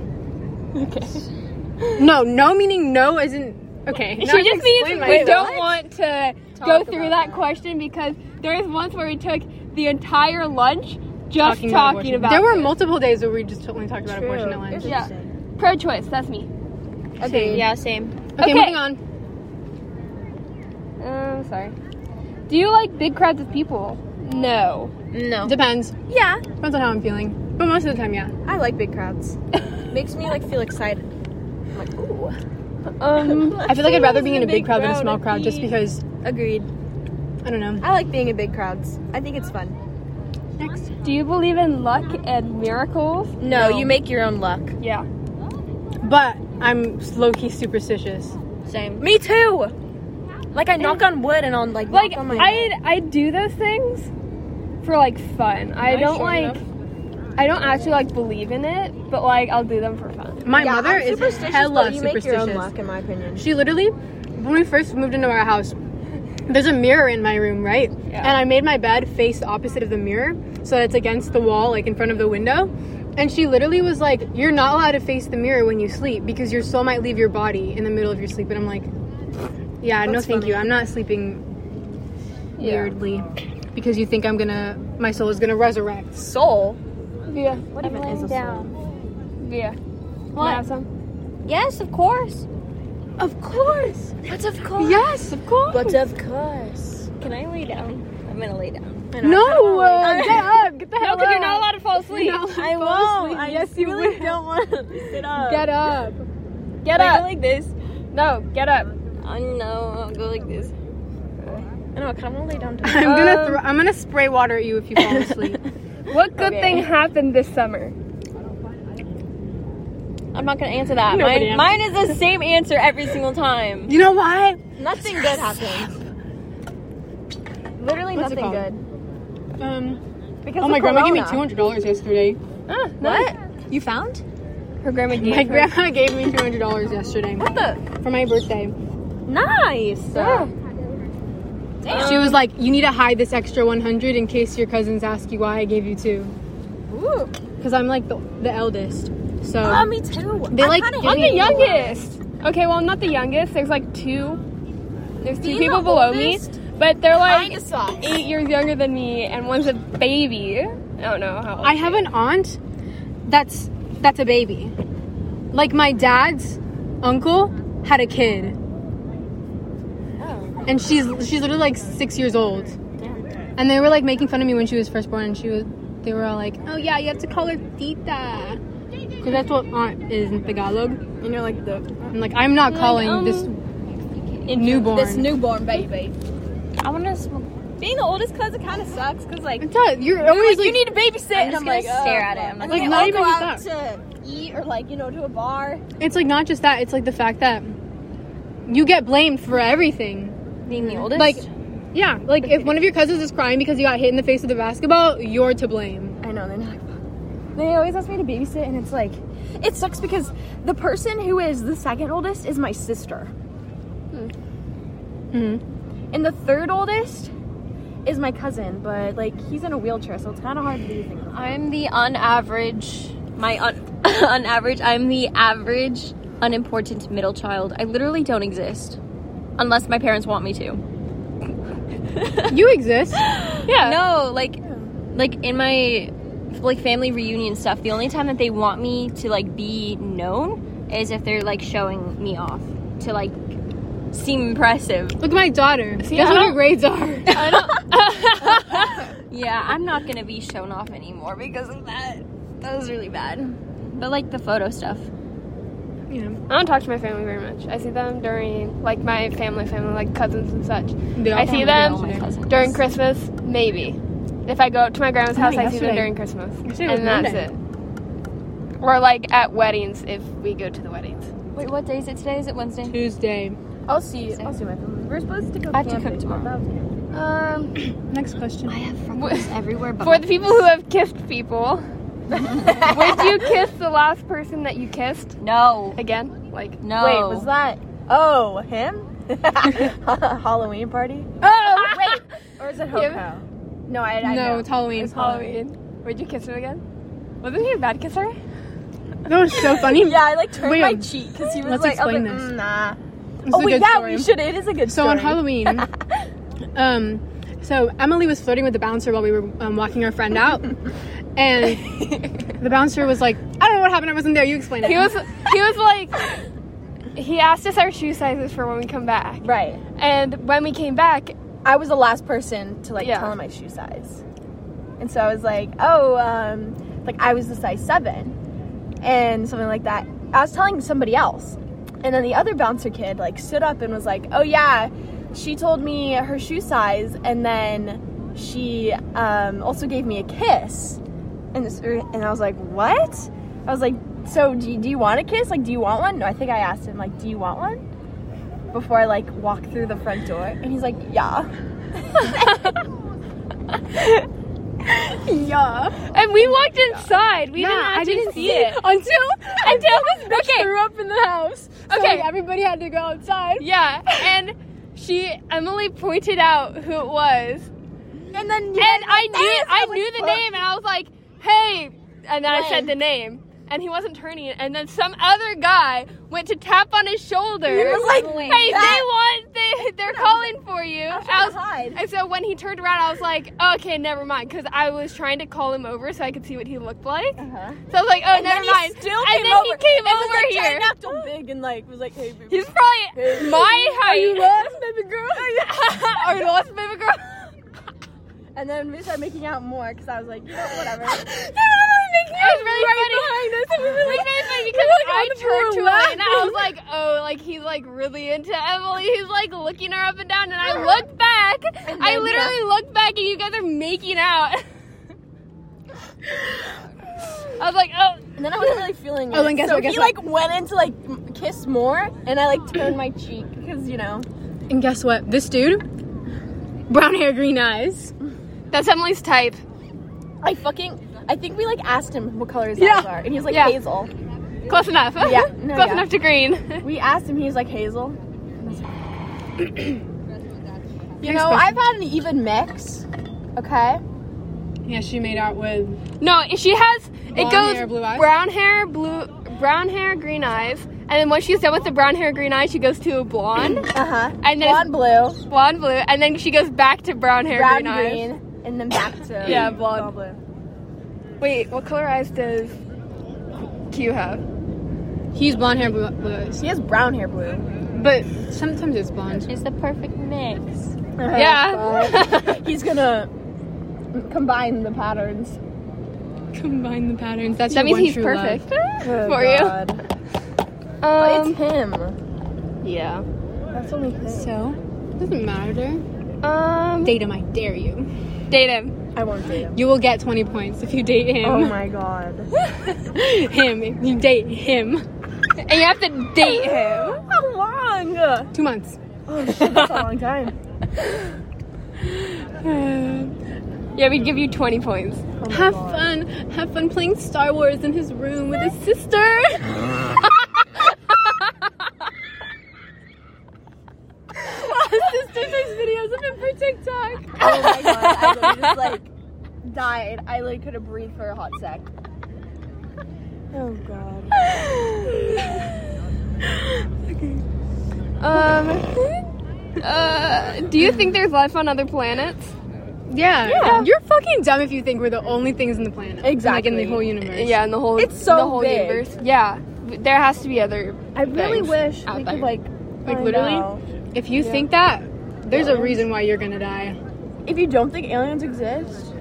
[SPEAKER 2] Okay. No, no meaning no isn't. Okay. now I
[SPEAKER 5] she just means
[SPEAKER 2] explain
[SPEAKER 5] we
[SPEAKER 2] myself.
[SPEAKER 5] don't want to go through that, question because there was once where we took the entire lunch just talking, about,
[SPEAKER 2] There were
[SPEAKER 5] it.
[SPEAKER 2] multiple days where we just only talked about abortion at lunch.
[SPEAKER 5] Yeah. pro-choice. That's me.
[SPEAKER 4] Okay, yeah, same.
[SPEAKER 2] Okay, moving on.
[SPEAKER 5] Um, sorry. Do you like big crowds of people? No.
[SPEAKER 4] No.
[SPEAKER 2] Depends.
[SPEAKER 3] Yeah,
[SPEAKER 2] Depends on how I'm feeling. But most of the time, yeah.
[SPEAKER 3] I like big crowds. Makes me like feel excited. I'm like, ooh.
[SPEAKER 5] (laughs) Um,
[SPEAKER 2] I feel like I'd rather be in a big crowd than a small crowd just because,
[SPEAKER 3] Agreed.
[SPEAKER 2] I don't know.
[SPEAKER 3] I like being in big crowds. I think it's fun.
[SPEAKER 2] Next.
[SPEAKER 5] do you believe in luck and miracles?
[SPEAKER 3] No, you make your own luck.
[SPEAKER 5] Yeah.
[SPEAKER 2] But I'm low key superstitious.
[SPEAKER 4] Same.
[SPEAKER 3] Me too. Like I knock on wood and on like knock
[SPEAKER 5] Like
[SPEAKER 3] on my
[SPEAKER 5] I I do those things for like fun. I don't like I don't actually like believe in it, but like I'll do them for fun.
[SPEAKER 2] My
[SPEAKER 3] Yeah,
[SPEAKER 2] mother
[SPEAKER 3] I'm
[SPEAKER 2] is
[SPEAKER 3] superstitious,
[SPEAKER 2] hella
[SPEAKER 3] but you make your own
[SPEAKER 2] superstitious.
[SPEAKER 3] luck, in my opinion.
[SPEAKER 2] She literally, when we first moved into our house, there's a mirror in my room, right? And I made my bed face opposite of the mirror so that it's against the wall, like in front of the window. And she literally was like, You're not allowed to face the mirror when you sleep because your soul might leave your body in the middle of your sleep. And I'm like, Yeah, no,
[SPEAKER 3] That's
[SPEAKER 2] thank you.
[SPEAKER 3] funny.
[SPEAKER 2] I'm not sleeping weirdly because you think I'm gonna, my soul is gonna resurrect.
[SPEAKER 3] Soul.
[SPEAKER 5] Yeah.
[SPEAKER 4] What am I laying down?
[SPEAKER 5] Yeah.
[SPEAKER 4] What?
[SPEAKER 5] Have some?
[SPEAKER 4] Yes, of course.
[SPEAKER 3] Of course.
[SPEAKER 4] What's of course?
[SPEAKER 2] Yes, of course.
[SPEAKER 3] But of course.
[SPEAKER 4] Can I lay down? I'm gonna lay down.
[SPEAKER 2] no, uh, get up, get the (laughs) hell
[SPEAKER 5] No, because you're not
[SPEAKER 2] up.
[SPEAKER 5] allowed to fall asleep.
[SPEAKER 2] You're not allowed to
[SPEAKER 3] I
[SPEAKER 2] fall
[SPEAKER 3] won't.
[SPEAKER 2] asleep.
[SPEAKER 3] I
[SPEAKER 2] yes, you
[SPEAKER 3] really
[SPEAKER 2] will.
[SPEAKER 3] don't want (laughs) to sit up.
[SPEAKER 2] Get up.
[SPEAKER 5] Get
[SPEAKER 4] I
[SPEAKER 5] up.
[SPEAKER 4] go like this.
[SPEAKER 5] No, get up.
[SPEAKER 4] I know. I'll go like this.
[SPEAKER 3] I know, I kind of want to lay down. To
[SPEAKER 2] I'm gonna throw. I'm gonna spray water at you if you fall asleep.
[SPEAKER 5] What good thing happened this summer?
[SPEAKER 4] I'm not gonna answer that.
[SPEAKER 2] Nobody
[SPEAKER 4] Mine, mine is the same answer every single
[SPEAKER 2] (laughs)
[SPEAKER 4] time.
[SPEAKER 2] you know why?
[SPEAKER 3] (laughs) nothing good happens. Literally
[SPEAKER 2] What's it
[SPEAKER 3] nothing
[SPEAKER 2] called?
[SPEAKER 3] good.
[SPEAKER 2] Um.
[SPEAKER 3] Because
[SPEAKER 2] Oh,
[SPEAKER 3] of
[SPEAKER 2] my grandma gave me two
[SPEAKER 3] corona.
[SPEAKER 2] hundred dollars yesterday.
[SPEAKER 3] What? You found?
[SPEAKER 5] Her grandma gave
[SPEAKER 2] My grandma gave me two hundred dollars yesterday
[SPEAKER 3] What the?
[SPEAKER 2] for my birthday.
[SPEAKER 3] Nice.
[SPEAKER 2] She was like, "You need to hide this extra one hundred in case your cousins ask you why I gave you two.
[SPEAKER 3] Ooh.
[SPEAKER 2] Because I'm like the, the eldest, so
[SPEAKER 3] Oh, me too.
[SPEAKER 2] They,
[SPEAKER 3] I
[SPEAKER 2] like,
[SPEAKER 3] kinda
[SPEAKER 2] give
[SPEAKER 5] I'm
[SPEAKER 2] me-
[SPEAKER 5] the youngest. Okay, well, I'm not the youngest. There's like two. There's two
[SPEAKER 3] you
[SPEAKER 5] people
[SPEAKER 3] the
[SPEAKER 5] below me,
[SPEAKER 3] oldest?
[SPEAKER 5] but they're like
[SPEAKER 3] kinda sucks.
[SPEAKER 5] eight years younger than me, and one's a baby. I don't know how. Old.
[SPEAKER 2] I have an aunt that's that's a baby. Like my dad's uncle had a kid.
[SPEAKER 3] Oh.
[SPEAKER 2] And she's she's literally like six years old. And they were like making fun of me when she was first born and she was they were all like, Oh yeah, you have to call her Tita. Because that's what aunt is in Tagalog.
[SPEAKER 3] And you're like the
[SPEAKER 2] I'm like, I'm not calling this newborn.
[SPEAKER 3] this newborn baby.
[SPEAKER 4] I want to smoke.
[SPEAKER 3] Being the oldest cousin kind of sucks because like
[SPEAKER 2] It does. You're always like,
[SPEAKER 3] you need to babysit.
[SPEAKER 4] I'm
[SPEAKER 3] and
[SPEAKER 4] just
[SPEAKER 3] I'm
[SPEAKER 4] gonna
[SPEAKER 3] like,
[SPEAKER 4] stare
[SPEAKER 3] oh,
[SPEAKER 4] at it. I'm not
[SPEAKER 2] Like,
[SPEAKER 3] we
[SPEAKER 2] not
[SPEAKER 3] all
[SPEAKER 2] even
[SPEAKER 3] go
[SPEAKER 2] just
[SPEAKER 3] out to eat or like you know to a bar.
[SPEAKER 2] it's like not just that, it's like the fact that you get blamed for everything.
[SPEAKER 4] being the oldest.
[SPEAKER 2] Like, yeah, like if one of your cousins is crying because you got hit in the face with a basketball, you're to blame.
[SPEAKER 3] I know they're not. They always ask me to babysit, and it's like, it sucks because the person who is the second oldest is my sister,
[SPEAKER 2] hmm
[SPEAKER 3] and the third oldest is my cousin. But like, he's in a wheelchair, so it's kind of hard to do things.
[SPEAKER 4] I'm the unaverage. My un- (laughs) unaverage. I'm the average, unimportant middle child. I literally don't exist, unless my parents want me to. (laughs)
[SPEAKER 2] You exist.
[SPEAKER 4] Yeah. No, like, like in my like family reunion stuff, the only time that they want me to like be known is if they're like showing me off to like seem impressive. (laughs)
[SPEAKER 2] Look at my daughter. Guess
[SPEAKER 5] I
[SPEAKER 2] what
[SPEAKER 5] don't-
[SPEAKER 2] her grades are.
[SPEAKER 4] (laughs) Yeah, I'm not gonna be shown off anymore because of that. That was really bad. But like the photo stuff.
[SPEAKER 2] you know,
[SPEAKER 5] I don't talk to my family very much. I see them during like my family, family like cousins and such.
[SPEAKER 2] they all
[SPEAKER 5] I see
[SPEAKER 2] come and
[SPEAKER 5] them
[SPEAKER 4] Oh
[SPEAKER 2] go
[SPEAKER 1] my cousins.
[SPEAKER 5] during Christmas, maybe. If I go to my grandma's house, I see
[SPEAKER 2] yesterday-
[SPEAKER 5] them during Christmas,
[SPEAKER 2] yesterday was
[SPEAKER 5] and that's
[SPEAKER 2] Monday.
[SPEAKER 5] it. Or like at weddings, if we go to the weddings.
[SPEAKER 1] Wait, what day is it today? Is it Wednesday?
[SPEAKER 2] Tuesday.
[SPEAKER 3] I'll see. I'll see my family. We're supposed to go
[SPEAKER 1] I have to
[SPEAKER 3] camping.
[SPEAKER 1] cook tomorrow.
[SPEAKER 3] (laughs)
[SPEAKER 5] Um,
[SPEAKER 2] Next question.
[SPEAKER 1] I have freckles everywhere, but
[SPEAKER 5] for the people who have kissed people, would you kiss the last person that you kissed
[SPEAKER 1] no,
[SPEAKER 5] again? Like,
[SPEAKER 1] no.
[SPEAKER 3] Wait, was that? Oh, him? (laughs) Halloween party?
[SPEAKER 5] (laughs) oh wait,
[SPEAKER 3] Or is it
[SPEAKER 5] Him?
[SPEAKER 3] Hoko? No, I, I
[SPEAKER 2] No,
[SPEAKER 3] know.
[SPEAKER 2] it's Halloween.
[SPEAKER 5] it's (laughs) Halloween. Would you kiss him again? Wasn't he a bad kisser?
[SPEAKER 2] That was so
[SPEAKER 3] (laughs)
[SPEAKER 2] funny.
[SPEAKER 3] Yeah, I like turned
[SPEAKER 2] Wait,
[SPEAKER 3] my cheek because he was
[SPEAKER 2] let's
[SPEAKER 3] like, I was
[SPEAKER 2] explain
[SPEAKER 3] like,
[SPEAKER 2] this.
[SPEAKER 3] "Mm, nah.
[SPEAKER 2] This is
[SPEAKER 3] Oh
[SPEAKER 2] a
[SPEAKER 3] wait,
[SPEAKER 2] good
[SPEAKER 3] yeah,
[SPEAKER 2] story.
[SPEAKER 3] we should. It is a good
[SPEAKER 2] So
[SPEAKER 3] story.
[SPEAKER 2] on Halloween, (laughs) um, so Emily was flirting with the bouncer while we were um, walking our friend out, and the bouncer was like, "I don't know what happened. I wasn't there. You explain it."
[SPEAKER 5] He was he was like he asked us our shoe sizes for when we come back.
[SPEAKER 3] right.
[SPEAKER 5] And when we came back,
[SPEAKER 3] I was the last person to like
[SPEAKER 5] Yeah.
[SPEAKER 3] tell him my shoe size. And so I was like, oh, um, like I was the size seven and something like that. I was telling somebody else. And then the other bouncer kid like stood up and was like, oh yeah, she told me her shoe size and then she um, also gave me a kiss. And, this, er, and I was like, what? I was like, so do you, do you want a kiss? Like, do you want one? No, I think I asked him, like, do you want one? before I like walk through the front door, and he's like, "Yeah." yeah.
[SPEAKER 5] and we walked inside. We didn't
[SPEAKER 2] I
[SPEAKER 5] actually
[SPEAKER 2] didn't
[SPEAKER 5] see it.
[SPEAKER 2] (laughs) until
[SPEAKER 5] Until this okay.
[SPEAKER 2] threw up in the house. So,
[SPEAKER 5] Okay.
[SPEAKER 2] like, everybody had to go outside.
[SPEAKER 5] Yeah. And she Emily pointed out who it was.
[SPEAKER 3] And then you
[SPEAKER 5] And I knew I
[SPEAKER 3] was
[SPEAKER 5] knew the
[SPEAKER 3] fucked.
[SPEAKER 5] name and I was like, "Hey." And then I said the name. And he wasn't turning it. And then some other guy went to tap on his shoulder.
[SPEAKER 3] was like,
[SPEAKER 5] Hey,
[SPEAKER 3] "Wait,
[SPEAKER 5] they
[SPEAKER 3] that-
[SPEAKER 5] want they
[SPEAKER 3] (laughs)
[SPEAKER 5] they're calling for you. I was
[SPEAKER 3] hide.
[SPEAKER 5] And so when he turned around, I was like, okay, never mind, because I was trying to call him over so I could see what he looked like.
[SPEAKER 3] Uh-huh.
[SPEAKER 5] So I was like, oh,
[SPEAKER 3] And
[SPEAKER 5] never
[SPEAKER 3] then
[SPEAKER 5] mind.
[SPEAKER 3] he still
[SPEAKER 5] and
[SPEAKER 3] came
[SPEAKER 5] then
[SPEAKER 3] over.
[SPEAKER 5] he
[SPEAKER 3] and
[SPEAKER 5] came
[SPEAKER 3] was,
[SPEAKER 5] over
[SPEAKER 3] like, trying
[SPEAKER 5] here.
[SPEAKER 3] to act all big and like was like, "Hey, baby." (laughs)
[SPEAKER 5] He's probably my height.
[SPEAKER 3] baby girl?
[SPEAKER 5] (laughs) Are you lost, baby girl?
[SPEAKER 3] and then we started making out more because I was like, you know, whatever.
[SPEAKER 5] It was really funny. (laughs) It was really funny because I turned to him and I was like, oh, like he's like really into Emily. He's like looking her up and down, and I look back. I
[SPEAKER 3] then-
[SPEAKER 5] literally look back, and you guys are making out. (laughs) I was like, oh.
[SPEAKER 3] And then I wasn't really feeling it.
[SPEAKER 2] Oh, then guess
[SPEAKER 3] so
[SPEAKER 2] what, guess
[SPEAKER 3] he
[SPEAKER 2] what?
[SPEAKER 3] like went in to like m- kiss more, and I like turned my cheek because you know.
[SPEAKER 2] And guess what? This dude, brown hair, green eyes.
[SPEAKER 5] That's Emily's type.
[SPEAKER 3] I fucking. I think we like asked him what color his eyes are, and he was like
[SPEAKER 5] Yeah.
[SPEAKER 3] hazel.
[SPEAKER 5] Close enough. (laughs)
[SPEAKER 3] Yeah, no,
[SPEAKER 5] Close
[SPEAKER 3] yeah.
[SPEAKER 5] enough to green. (laughs)
[SPEAKER 3] We asked him, he was like hazel. you
[SPEAKER 2] Next
[SPEAKER 3] know,
[SPEAKER 2] question.
[SPEAKER 3] I've had an even mix. Okay.
[SPEAKER 2] Yeah, she made out with.
[SPEAKER 5] No, she has.
[SPEAKER 2] Blonde
[SPEAKER 5] it goes
[SPEAKER 2] hair, blue eyes?
[SPEAKER 5] brown hair, blue, brown hair, green eyes, and then once she's done with the brown hair, green eyes, she goes to a blonde,
[SPEAKER 3] Uh huh.
[SPEAKER 5] and then it's
[SPEAKER 3] Blonde, blue,
[SPEAKER 5] blonde, blue, and then she goes back to brown hair,
[SPEAKER 3] brown,
[SPEAKER 5] green,
[SPEAKER 3] green, and then back to
[SPEAKER 5] Yeah,
[SPEAKER 3] blonde, blue.
[SPEAKER 5] eyes. Wait, what color eyes does Q have?
[SPEAKER 2] He's blonde hair, blue, blue eyes.
[SPEAKER 3] She has brown hair, blue.
[SPEAKER 5] Uh-huh.
[SPEAKER 2] But sometimes it's blonde.
[SPEAKER 1] She's the perfect mix.
[SPEAKER 5] yeah. (laughs)
[SPEAKER 3] He's gonna combine the patterns.
[SPEAKER 2] Combine the patterns. That's
[SPEAKER 5] that
[SPEAKER 2] your
[SPEAKER 5] means
[SPEAKER 2] one
[SPEAKER 5] he's
[SPEAKER 2] true love.
[SPEAKER 5] perfect for you.
[SPEAKER 3] you. But
[SPEAKER 5] Um,
[SPEAKER 3] Oh, it's him.
[SPEAKER 5] yeah.
[SPEAKER 3] That's only him.
[SPEAKER 2] So doesn't matter.
[SPEAKER 5] Um,
[SPEAKER 2] Date him, I dare you.
[SPEAKER 5] date him.
[SPEAKER 3] I won't date
[SPEAKER 5] (laughs)
[SPEAKER 3] him.
[SPEAKER 2] You will get 20 points if you date him.
[SPEAKER 3] Oh my god.
[SPEAKER 2] (laughs) him. If you date him.
[SPEAKER 5] And you have to date him.
[SPEAKER 2] (laughs)
[SPEAKER 3] How long?
[SPEAKER 2] Two months.
[SPEAKER 3] Oh shit, that's a long time.
[SPEAKER 2] Uh,
[SPEAKER 5] Yeah, we'd give you 20 points.
[SPEAKER 2] have fun. Have fun playing Star Wars in his room with his sister. his sister takes videos of him for TikTok.
[SPEAKER 3] Oh my god, I literally just like died. I literally could have breathed for a hot sec. Oh god.
[SPEAKER 5] Um, uh, do you think there's life on other planets?
[SPEAKER 2] (laughs) Yeah.
[SPEAKER 3] Yeah.
[SPEAKER 2] You're fucking dumb if you think we're the only things in the planet. Like in
[SPEAKER 3] Exactly.
[SPEAKER 2] the whole universe.
[SPEAKER 5] Yeah, in the whole
[SPEAKER 3] It's so
[SPEAKER 5] the whole
[SPEAKER 3] big.
[SPEAKER 5] universe. Yeah, there has to be other.
[SPEAKER 3] I really
[SPEAKER 5] Thanks.
[SPEAKER 3] wish
[SPEAKER 5] Out
[SPEAKER 3] we
[SPEAKER 5] there.
[SPEAKER 3] could like
[SPEAKER 2] Like
[SPEAKER 3] find
[SPEAKER 2] literally,
[SPEAKER 3] out.
[SPEAKER 2] if you think that, there's a reason why you're gonna die.
[SPEAKER 3] If you don't think aliens exist,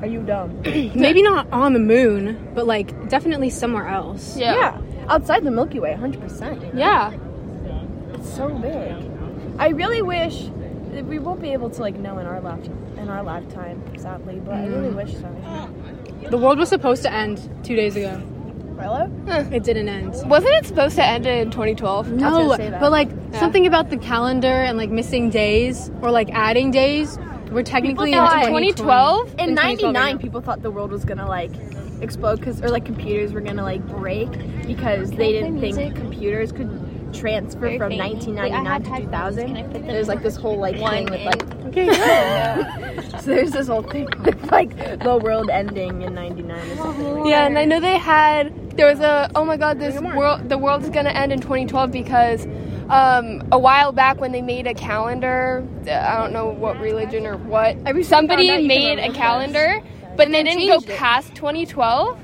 [SPEAKER 3] are you dumb?
[SPEAKER 2] Maybe not on the moon, but like definitely somewhere else.
[SPEAKER 5] Yeah.
[SPEAKER 3] Outside the Milky Way, 100%.
[SPEAKER 2] Yeah.
[SPEAKER 3] It's so big. I really wish that we won't be able to like know in our lifetime, in our lifetime, sadly. But I really wish so.
[SPEAKER 2] The world was supposed to end two days ago.
[SPEAKER 3] Really?
[SPEAKER 2] It didn't end.
[SPEAKER 5] Wasn't it supposed to end in 2012?
[SPEAKER 2] No,
[SPEAKER 3] say that.
[SPEAKER 2] but like something about the calendar and like missing days or like adding days. We're technically in
[SPEAKER 5] People thought
[SPEAKER 2] 2020.
[SPEAKER 5] 2012?
[SPEAKER 3] In
[SPEAKER 2] In 2012, I know.
[SPEAKER 3] '99, people thought the world was gonna like explode, cause or like computers were gonna like break because they didn't think computers could transfer from 1999 to 2000. There's like this whole like thing with like (laughs)
[SPEAKER 2] (laughs)
[SPEAKER 3] so there's this whole thing with like the world ending in '99 or something.
[SPEAKER 5] Yeah, and I know they had there was a oh my god this world the world is gonna end in 2012 because um, a while back when they made a calendar uh, I don't know what religion or what somebody made a calendar but they didn't go past 2012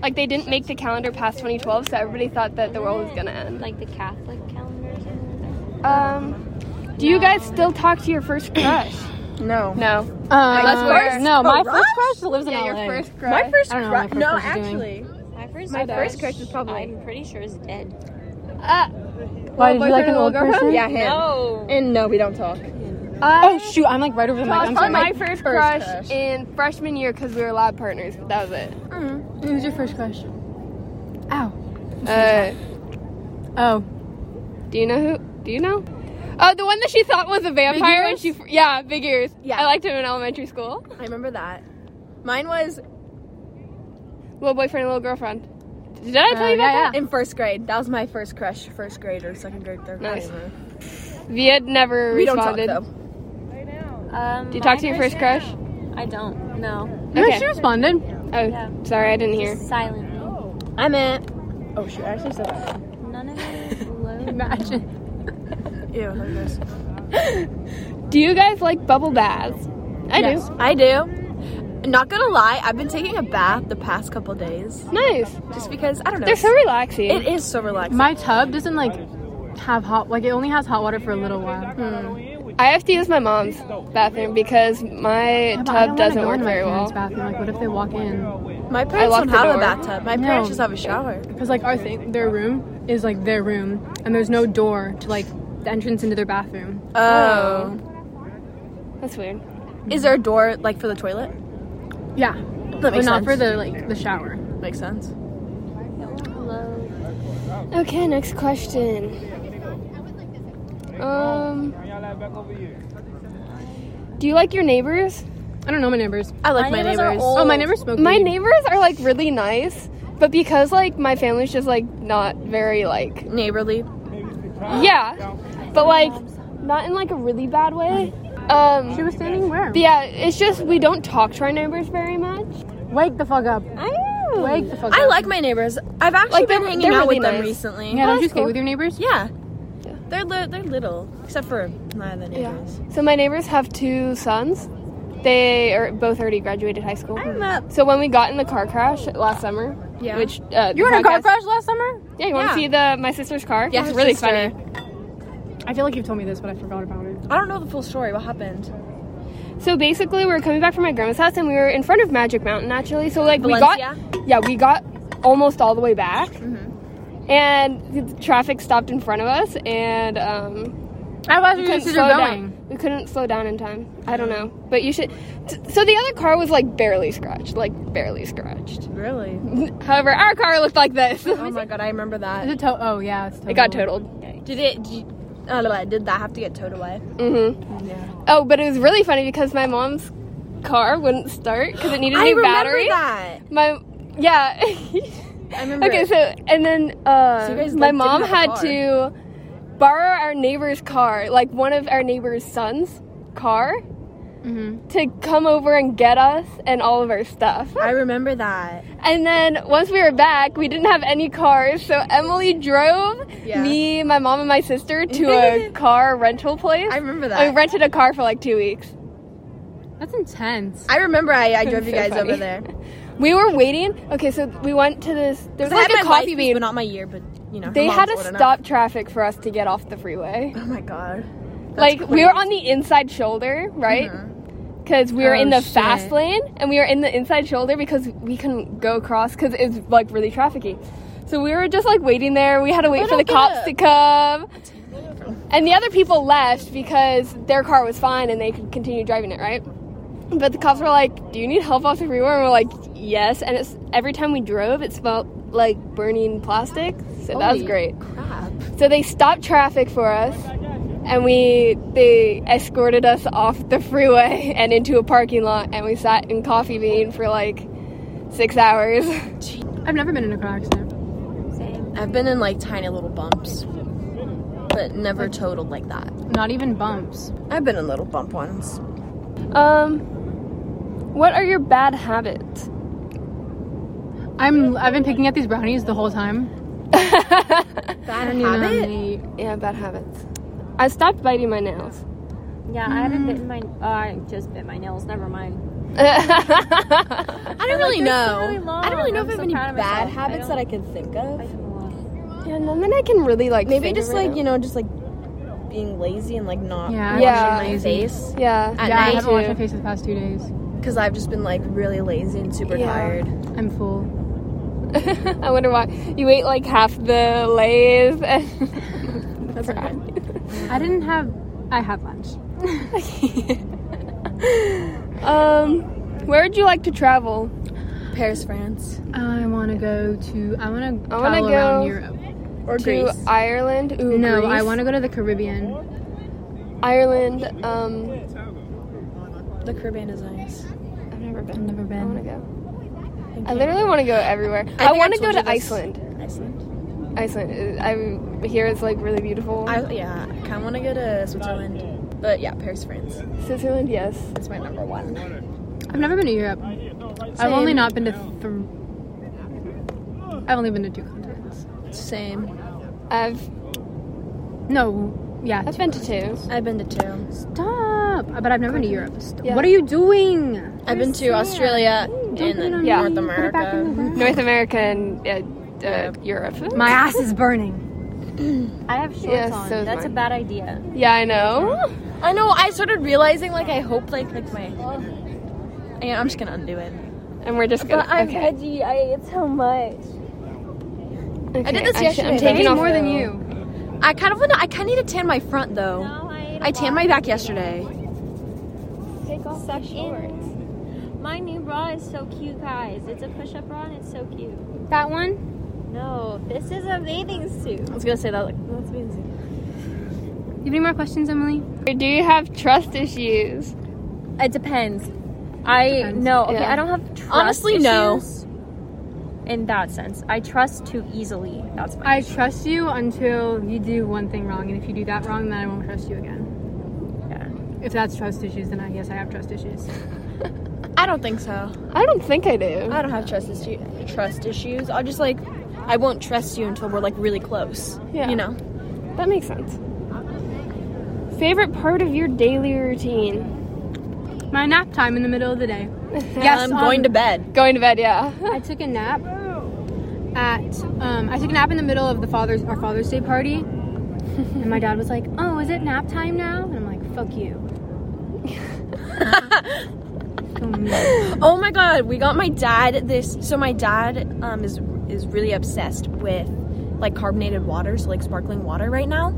[SPEAKER 5] like they didn't make the calendar past 2012 so everybody thought that the world was gonna end.
[SPEAKER 4] Like the Catholic calendar.
[SPEAKER 5] Um, do you guys still talk to your first crush?
[SPEAKER 3] No.
[SPEAKER 5] no.
[SPEAKER 2] Uh,
[SPEAKER 5] That's worse.
[SPEAKER 2] No, my
[SPEAKER 3] Crush?
[SPEAKER 2] first crush lives in
[SPEAKER 5] Yeah, your
[SPEAKER 2] LA.
[SPEAKER 5] first crush.
[SPEAKER 3] My first
[SPEAKER 2] I don't know what
[SPEAKER 3] crush.
[SPEAKER 2] my
[SPEAKER 3] No,
[SPEAKER 2] first crush is
[SPEAKER 3] actually,
[SPEAKER 4] My first.
[SPEAKER 3] my first crush was probably
[SPEAKER 4] I'm pretty sure is dead.
[SPEAKER 5] Uh,
[SPEAKER 2] Why did you like an old person?
[SPEAKER 3] yeah him.
[SPEAKER 4] No.
[SPEAKER 3] And no, we don't talk.
[SPEAKER 2] Oh shoot, I'm like right over the mic. I'm sorry.
[SPEAKER 5] my first crush,
[SPEAKER 3] crush.
[SPEAKER 5] in freshman year because we were lab partners, but that was it.
[SPEAKER 3] Mm-hmm.
[SPEAKER 2] Who's your first crush? Ow.
[SPEAKER 5] Uh,
[SPEAKER 2] Oh.
[SPEAKER 5] do you know who? Do you know? Oh, the one that she thought was a vampire, and she yeah, big ears.
[SPEAKER 3] Yeah.
[SPEAKER 5] I liked him in elementary school.
[SPEAKER 3] I remember that. Mine was
[SPEAKER 5] Little boyfriend, little girlfriend. Did I tell you about
[SPEAKER 2] Uh, yeah,
[SPEAKER 5] that?
[SPEAKER 3] in first grade. That was my first crush. First grade or second grade, third grade.
[SPEAKER 5] Nice.
[SPEAKER 3] I don't know.
[SPEAKER 5] Viet never
[SPEAKER 3] We don't talk
[SPEAKER 5] responded.
[SPEAKER 3] though.
[SPEAKER 4] Um,
[SPEAKER 5] Did you talk to your first crush?
[SPEAKER 4] I don't. No.
[SPEAKER 2] You know,
[SPEAKER 5] Okay.
[SPEAKER 2] she responded.
[SPEAKER 5] Oh,
[SPEAKER 4] Yeah.
[SPEAKER 5] sorry, I didn't hear.
[SPEAKER 4] Silent.
[SPEAKER 3] I meant. Oh shoot! I actually said that.
[SPEAKER 4] None of it is low.
[SPEAKER 2] Imagine.
[SPEAKER 3] Ew, there goes.
[SPEAKER 5] Do you guys like bubble baths? I do.
[SPEAKER 3] I do. Not gonna lie, I've been taking a bath the past couple days
[SPEAKER 5] Nice.
[SPEAKER 3] just because I don't know.
[SPEAKER 5] They're so relaxing.
[SPEAKER 3] it is so relaxing.
[SPEAKER 2] My tub doesn't like have hot like it only has hot water for a little while.
[SPEAKER 5] Hmm. I have to use my mom's bathroom because my
[SPEAKER 2] Yeah, but I don't
[SPEAKER 5] tub
[SPEAKER 2] wanna
[SPEAKER 5] doesn't
[SPEAKER 2] go
[SPEAKER 5] work
[SPEAKER 2] in my
[SPEAKER 5] very well.
[SPEAKER 2] parents' Bathroom. Like, what if they walk in?
[SPEAKER 3] My parents
[SPEAKER 5] locked
[SPEAKER 3] don't
[SPEAKER 5] the
[SPEAKER 3] have a
[SPEAKER 5] door.
[SPEAKER 3] bathtub. My parents
[SPEAKER 2] No.
[SPEAKER 3] just have a shower.
[SPEAKER 2] Because like our thing, their room is like their room, and there's no door to like the entrance into their bathroom.
[SPEAKER 3] Oh.
[SPEAKER 5] That's weird.
[SPEAKER 3] Is there a door like for the toilet?
[SPEAKER 2] Yeah,
[SPEAKER 3] That
[SPEAKER 2] but
[SPEAKER 3] makes
[SPEAKER 2] not
[SPEAKER 3] sense.
[SPEAKER 2] for the like the shower.
[SPEAKER 3] makes sense.
[SPEAKER 5] Okay, next question. Um, do you like your neighbors?
[SPEAKER 2] I don't know my neighbors.
[SPEAKER 3] I like my, neighbors are neighbors.
[SPEAKER 2] Oh, my neighbors smoke.
[SPEAKER 5] My
[SPEAKER 2] weed.
[SPEAKER 5] neighbors are like really nice, but because like my family's just like not very like
[SPEAKER 3] Neighborly.
[SPEAKER 5] yeah, but like not in like a really bad way.
[SPEAKER 2] She
[SPEAKER 5] Um,
[SPEAKER 2] was standing where?
[SPEAKER 5] but yeah, it's just we don't talk to our neighbors very much.
[SPEAKER 2] Wake the fuck up.
[SPEAKER 3] I know.
[SPEAKER 2] Wake the fuck up.
[SPEAKER 3] I like my neighbors. I've actually
[SPEAKER 5] Like,
[SPEAKER 3] been
[SPEAKER 5] they're-
[SPEAKER 3] hanging
[SPEAKER 5] they're
[SPEAKER 3] out
[SPEAKER 5] really
[SPEAKER 3] with them
[SPEAKER 5] nice.
[SPEAKER 3] recently.
[SPEAKER 2] Yeah, don't you
[SPEAKER 5] that's
[SPEAKER 2] stay
[SPEAKER 5] cool.
[SPEAKER 2] with your neighbors?
[SPEAKER 3] Yeah. They're li- they're little, except for my other neighbors.
[SPEAKER 5] So my neighbors have two sons. They are both already graduated high school.
[SPEAKER 3] I'm not.
[SPEAKER 5] So when we got in the car crash last summer,
[SPEAKER 3] Yeah.
[SPEAKER 5] which uh,
[SPEAKER 2] You were
[SPEAKER 5] the
[SPEAKER 2] in a car
[SPEAKER 5] podcast-
[SPEAKER 2] crash last summer?
[SPEAKER 5] Yeah, you want
[SPEAKER 3] Yeah.
[SPEAKER 5] to see the my sister's car? Oh,
[SPEAKER 3] Yeah,
[SPEAKER 5] it's
[SPEAKER 3] her
[SPEAKER 5] really
[SPEAKER 3] sister.
[SPEAKER 5] funny.
[SPEAKER 2] I feel like you've told me this, but I forgot about it.
[SPEAKER 3] I don't know the full story. What happened?
[SPEAKER 5] So basically, we were coming back from my grandma's house, and we were in front of Magic Mountain actually. So like we
[SPEAKER 3] Valencia?
[SPEAKER 5] got, yeah, we got almost all the way back,
[SPEAKER 3] Mm-hmm.
[SPEAKER 5] and the- the traffic stopped in front of us, and um,
[SPEAKER 2] I was
[SPEAKER 3] Hmm,
[SPEAKER 5] we couldn't slow down. We couldn't slow down in time. I don't know, but you should. T- so the other car was like barely scratched, like barely scratched. (laughs)
[SPEAKER 3] Really?
[SPEAKER 5] However, our car looked like this.
[SPEAKER 3] Oh my god, I remember
[SPEAKER 2] Is
[SPEAKER 3] that.
[SPEAKER 2] it to- oh yeah, it's total.
[SPEAKER 5] it got totaled.
[SPEAKER 3] Did it? Did, you, oh, no, did that have to get towed away?
[SPEAKER 5] hmm
[SPEAKER 3] Yeah.
[SPEAKER 5] Oh, but it was really funny because my mom's car wouldn't start because it needed a
[SPEAKER 3] (gasps) I
[SPEAKER 5] new
[SPEAKER 3] remember
[SPEAKER 5] battery.
[SPEAKER 3] that.
[SPEAKER 5] My yeah. (laughs)
[SPEAKER 3] I remember.
[SPEAKER 5] okay,
[SPEAKER 3] it.
[SPEAKER 5] so and then uh,
[SPEAKER 3] So you guys, like,
[SPEAKER 5] my
[SPEAKER 3] didn't
[SPEAKER 5] mom
[SPEAKER 3] have a
[SPEAKER 5] had
[SPEAKER 3] car.
[SPEAKER 5] to borrow our neighbor's car, like one of our neighbor's son's car,
[SPEAKER 2] Mm-hmm.
[SPEAKER 5] to come over and get us and all of our stuff.
[SPEAKER 3] I remember that.
[SPEAKER 5] And then once we were back, we didn't have any cars, so Emily drove
[SPEAKER 3] Yeah.
[SPEAKER 5] me, my mom, and my sister to
[SPEAKER 3] (laughs)
[SPEAKER 5] a car rental place.
[SPEAKER 3] I remember
[SPEAKER 5] I
[SPEAKER 3] that.
[SPEAKER 5] rented a car for like two weeks.
[SPEAKER 2] That's intense.
[SPEAKER 3] I remember I, I drove you
[SPEAKER 5] (laughs) so
[SPEAKER 3] guys
[SPEAKER 5] funny.
[SPEAKER 3] over there.
[SPEAKER 5] We were waiting. Okay, so we went to this. There's
[SPEAKER 3] I had
[SPEAKER 5] like
[SPEAKER 3] my
[SPEAKER 5] a
[SPEAKER 3] license,
[SPEAKER 5] coffee bean.
[SPEAKER 3] but not my year. But you know, her
[SPEAKER 5] They
[SPEAKER 3] mom's
[SPEAKER 5] had to
[SPEAKER 3] old enough.
[SPEAKER 5] stop traffic for us to get off
[SPEAKER 3] (laughs)
[SPEAKER 5] the freeway.
[SPEAKER 3] Oh my god. Mm-hmm.
[SPEAKER 5] like we were on the inside shoulder, right? Because we were
[SPEAKER 2] Oh,
[SPEAKER 5] in the
[SPEAKER 2] shit.
[SPEAKER 5] fast lane and we were in the inside shoulder because we couldn't go across because it's like really trafficky. So we were just like waiting there. We had to wait for the cops to come. And the other people left because their car was fine and they could continue driving it, right? But the cops were like, "Do you need help off the freeway?" And we're like, "Yes." And it's every time we drove, it smelled like burning plastic. So that was great. So they stopped traffic for us, and we they escorted us off the freeway (laughs) and into a parking lot, and we sat in Coffee Bean for like six hours. (laughs)
[SPEAKER 2] I've never been in a car accident.
[SPEAKER 3] I've been in like tiny little bumps, but never totaled like that.
[SPEAKER 2] Not even bumps.
[SPEAKER 3] I've been in little bump ones.
[SPEAKER 5] Um, what are your bad habits? (laughs)
[SPEAKER 2] I'm I've been picking at these brownies the whole time.
[SPEAKER 3] Bad
[SPEAKER 2] You know,
[SPEAKER 3] habit?
[SPEAKER 2] the-
[SPEAKER 5] yeah, bad habits. I stopped biting my nails. Mm.
[SPEAKER 1] Yeah, I haven't bitten my. Oh, I just bit my nails.
[SPEAKER 5] (laughs)
[SPEAKER 1] Never mind.
[SPEAKER 3] I
[SPEAKER 5] yeah,
[SPEAKER 3] don't really know.
[SPEAKER 1] really long.
[SPEAKER 3] I don't really know if
[SPEAKER 1] I'm
[SPEAKER 3] I have
[SPEAKER 1] so
[SPEAKER 3] any
[SPEAKER 1] proud of
[SPEAKER 3] bad
[SPEAKER 1] myself. I
[SPEAKER 3] habits
[SPEAKER 1] don't-
[SPEAKER 3] that I can think of.
[SPEAKER 5] and then I can really like.
[SPEAKER 3] Maybe
[SPEAKER 5] figure
[SPEAKER 3] just
[SPEAKER 5] it
[SPEAKER 3] like
[SPEAKER 5] out.
[SPEAKER 3] you know, just like being lazy and like not
[SPEAKER 2] Yeah,
[SPEAKER 3] washing
[SPEAKER 2] I'm
[SPEAKER 5] Yeah.
[SPEAKER 3] my
[SPEAKER 2] lazy.
[SPEAKER 3] face
[SPEAKER 5] Yeah. (laughs)
[SPEAKER 3] at
[SPEAKER 2] yeah, I
[SPEAKER 3] night
[SPEAKER 2] haven't washed my
[SPEAKER 5] too.
[SPEAKER 2] face for the past two days.
[SPEAKER 3] because I've just been like really lazy and super
[SPEAKER 5] Yeah.
[SPEAKER 3] tired.
[SPEAKER 2] I'm full.
[SPEAKER 5] I wonder why you ate like half the lays. and-
[SPEAKER 3] That's okay.
[SPEAKER 2] I didn't have. I had lunch.
[SPEAKER 5] (laughs) um, where would you like to travel?
[SPEAKER 3] Paris, France,
[SPEAKER 2] I want to go to. I want to
[SPEAKER 5] I wanna
[SPEAKER 2] travel around
[SPEAKER 5] go-
[SPEAKER 2] Europe.
[SPEAKER 3] or
[SPEAKER 5] to
[SPEAKER 3] Greece.
[SPEAKER 5] Ireland. Ooh,
[SPEAKER 2] No, I
[SPEAKER 5] Greece.
[SPEAKER 2] want to go to the Caribbean.
[SPEAKER 5] Ireland. Um,
[SPEAKER 3] the Caribbean is nice.
[SPEAKER 5] I've never
[SPEAKER 2] I've
[SPEAKER 5] been.
[SPEAKER 2] never
[SPEAKER 5] I want to
[SPEAKER 2] been.
[SPEAKER 5] go. I literally want to go everywhere.
[SPEAKER 3] I
[SPEAKER 5] I,
[SPEAKER 3] think I
[SPEAKER 5] want to go
[SPEAKER 3] told you
[SPEAKER 5] to
[SPEAKER 3] this.
[SPEAKER 5] Iceland.
[SPEAKER 3] Iceland.
[SPEAKER 5] Iceland. uh, I hear it's like really beautiful.
[SPEAKER 3] I yeah, I kind of want to go to Switzerland, but yeah, Paris, France.
[SPEAKER 5] Switzerland, yes.
[SPEAKER 3] That's my number one.
[SPEAKER 2] I've never been to Europe. I've only not been to. Th- I've only been to two continents.
[SPEAKER 3] Same.
[SPEAKER 5] I've
[SPEAKER 2] No, yeah.
[SPEAKER 5] I've been to two.
[SPEAKER 3] I've been to two.
[SPEAKER 2] Stop! But I've never been to Europe. Stop.
[SPEAKER 5] Yeah.
[SPEAKER 2] What are you doing?
[SPEAKER 3] I've been to Australia
[SPEAKER 2] Don't
[SPEAKER 3] and
[SPEAKER 2] put it on
[SPEAKER 3] then
[SPEAKER 2] me.
[SPEAKER 5] Yeah.
[SPEAKER 3] North
[SPEAKER 2] Put it back in the
[SPEAKER 3] America.
[SPEAKER 2] bag.
[SPEAKER 5] North America and uh, uh, Europe.
[SPEAKER 2] My ass is burning.
[SPEAKER 1] I have shorts
[SPEAKER 5] Yeah,
[SPEAKER 1] on.
[SPEAKER 5] so
[SPEAKER 1] That's a
[SPEAKER 5] mine.
[SPEAKER 1] bad idea.
[SPEAKER 5] Yeah, I know.
[SPEAKER 3] I know. I started realizing like I hope like like my. Yeah, I'm just gonna undo it.
[SPEAKER 5] And we're just gonna. okay.
[SPEAKER 1] edgy. I ate so much.
[SPEAKER 5] okay.
[SPEAKER 3] I did this
[SPEAKER 5] should-
[SPEAKER 3] yesterday.
[SPEAKER 5] I'm
[SPEAKER 3] I'm
[SPEAKER 5] taking
[SPEAKER 3] eating
[SPEAKER 5] off
[SPEAKER 2] more than
[SPEAKER 5] the-
[SPEAKER 2] you.
[SPEAKER 3] I kind of want to. I kind of need to tan my front though. I tanned my back yesterday.
[SPEAKER 1] Take off the shorts. My new bra is so cute, guys. It's a push-up bra and it's so cute.
[SPEAKER 2] That one?
[SPEAKER 1] No, this is a bathing suit.
[SPEAKER 3] I was gonna say that. Like,
[SPEAKER 2] You have any more questions, Emily?
[SPEAKER 5] Do you have trust issues?
[SPEAKER 1] It depends. I
[SPEAKER 2] Depends.
[SPEAKER 1] no. Okay,
[SPEAKER 5] Yeah.
[SPEAKER 1] I don't have trust
[SPEAKER 3] honestly, no.
[SPEAKER 1] issues In that sense, I trust too easily. That's my.
[SPEAKER 2] I trust you until you do one thing wrong, and if you do that wrong, then I won't trust you again.
[SPEAKER 1] Yeah.
[SPEAKER 2] If that's trust issues, then I guess I have trust issues.
[SPEAKER 3] I don't think so.
[SPEAKER 5] I don't think I do.
[SPEAKER 3] I don't have trust issue, trust issues. I'll just like, I won't trust you until we're like really close.
[SPEAKER 5] Yeah.
[SPEAKER 3] You know.
[SPEAKER 5] That makes sense. Favorite part of your daily routine?
[SPEAKER 2] My nap time in the middle of the day. Yes,
[SPEAKER 3] I'm
[SPEAKER 2] um,
[SPEAKER 3] going to bed.
[SPEAKER 5] Going to bed, yeah.
[SPEAKER 2] I took a nap at um, I took a nap in the middle of the father's our Father's Day party, and my dad was like, "Oh, is it nap time now?" And I'm like, "Fuck you." Go me.
[SPEAKER 3] Oh my god, we got my dad this. So my dad um, is is really obsessed with like carbonated water, so like sparkling water right now.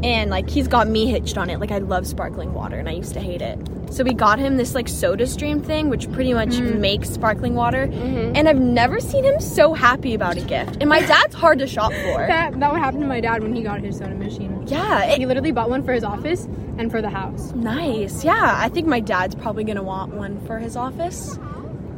[SPEAKER 3] And like he's got me hitched on it. Like I love sparkling water, and I used to hate it. So we got him this like Soda Stream thing, which pretty much makes sparkling water. And I've never seen him so happy about a gift. And my dad's hard to shop for.
[SPEAKER 2] that that would happen to my dad when he got his soda machine.
[SPEAKER 3] Yeah, it,
[SPEAKER 2] He literally bought one for his office and for the house.
[SPEAKER 3] Nice. Yeah, I think my dad's probably gonna want one for his office.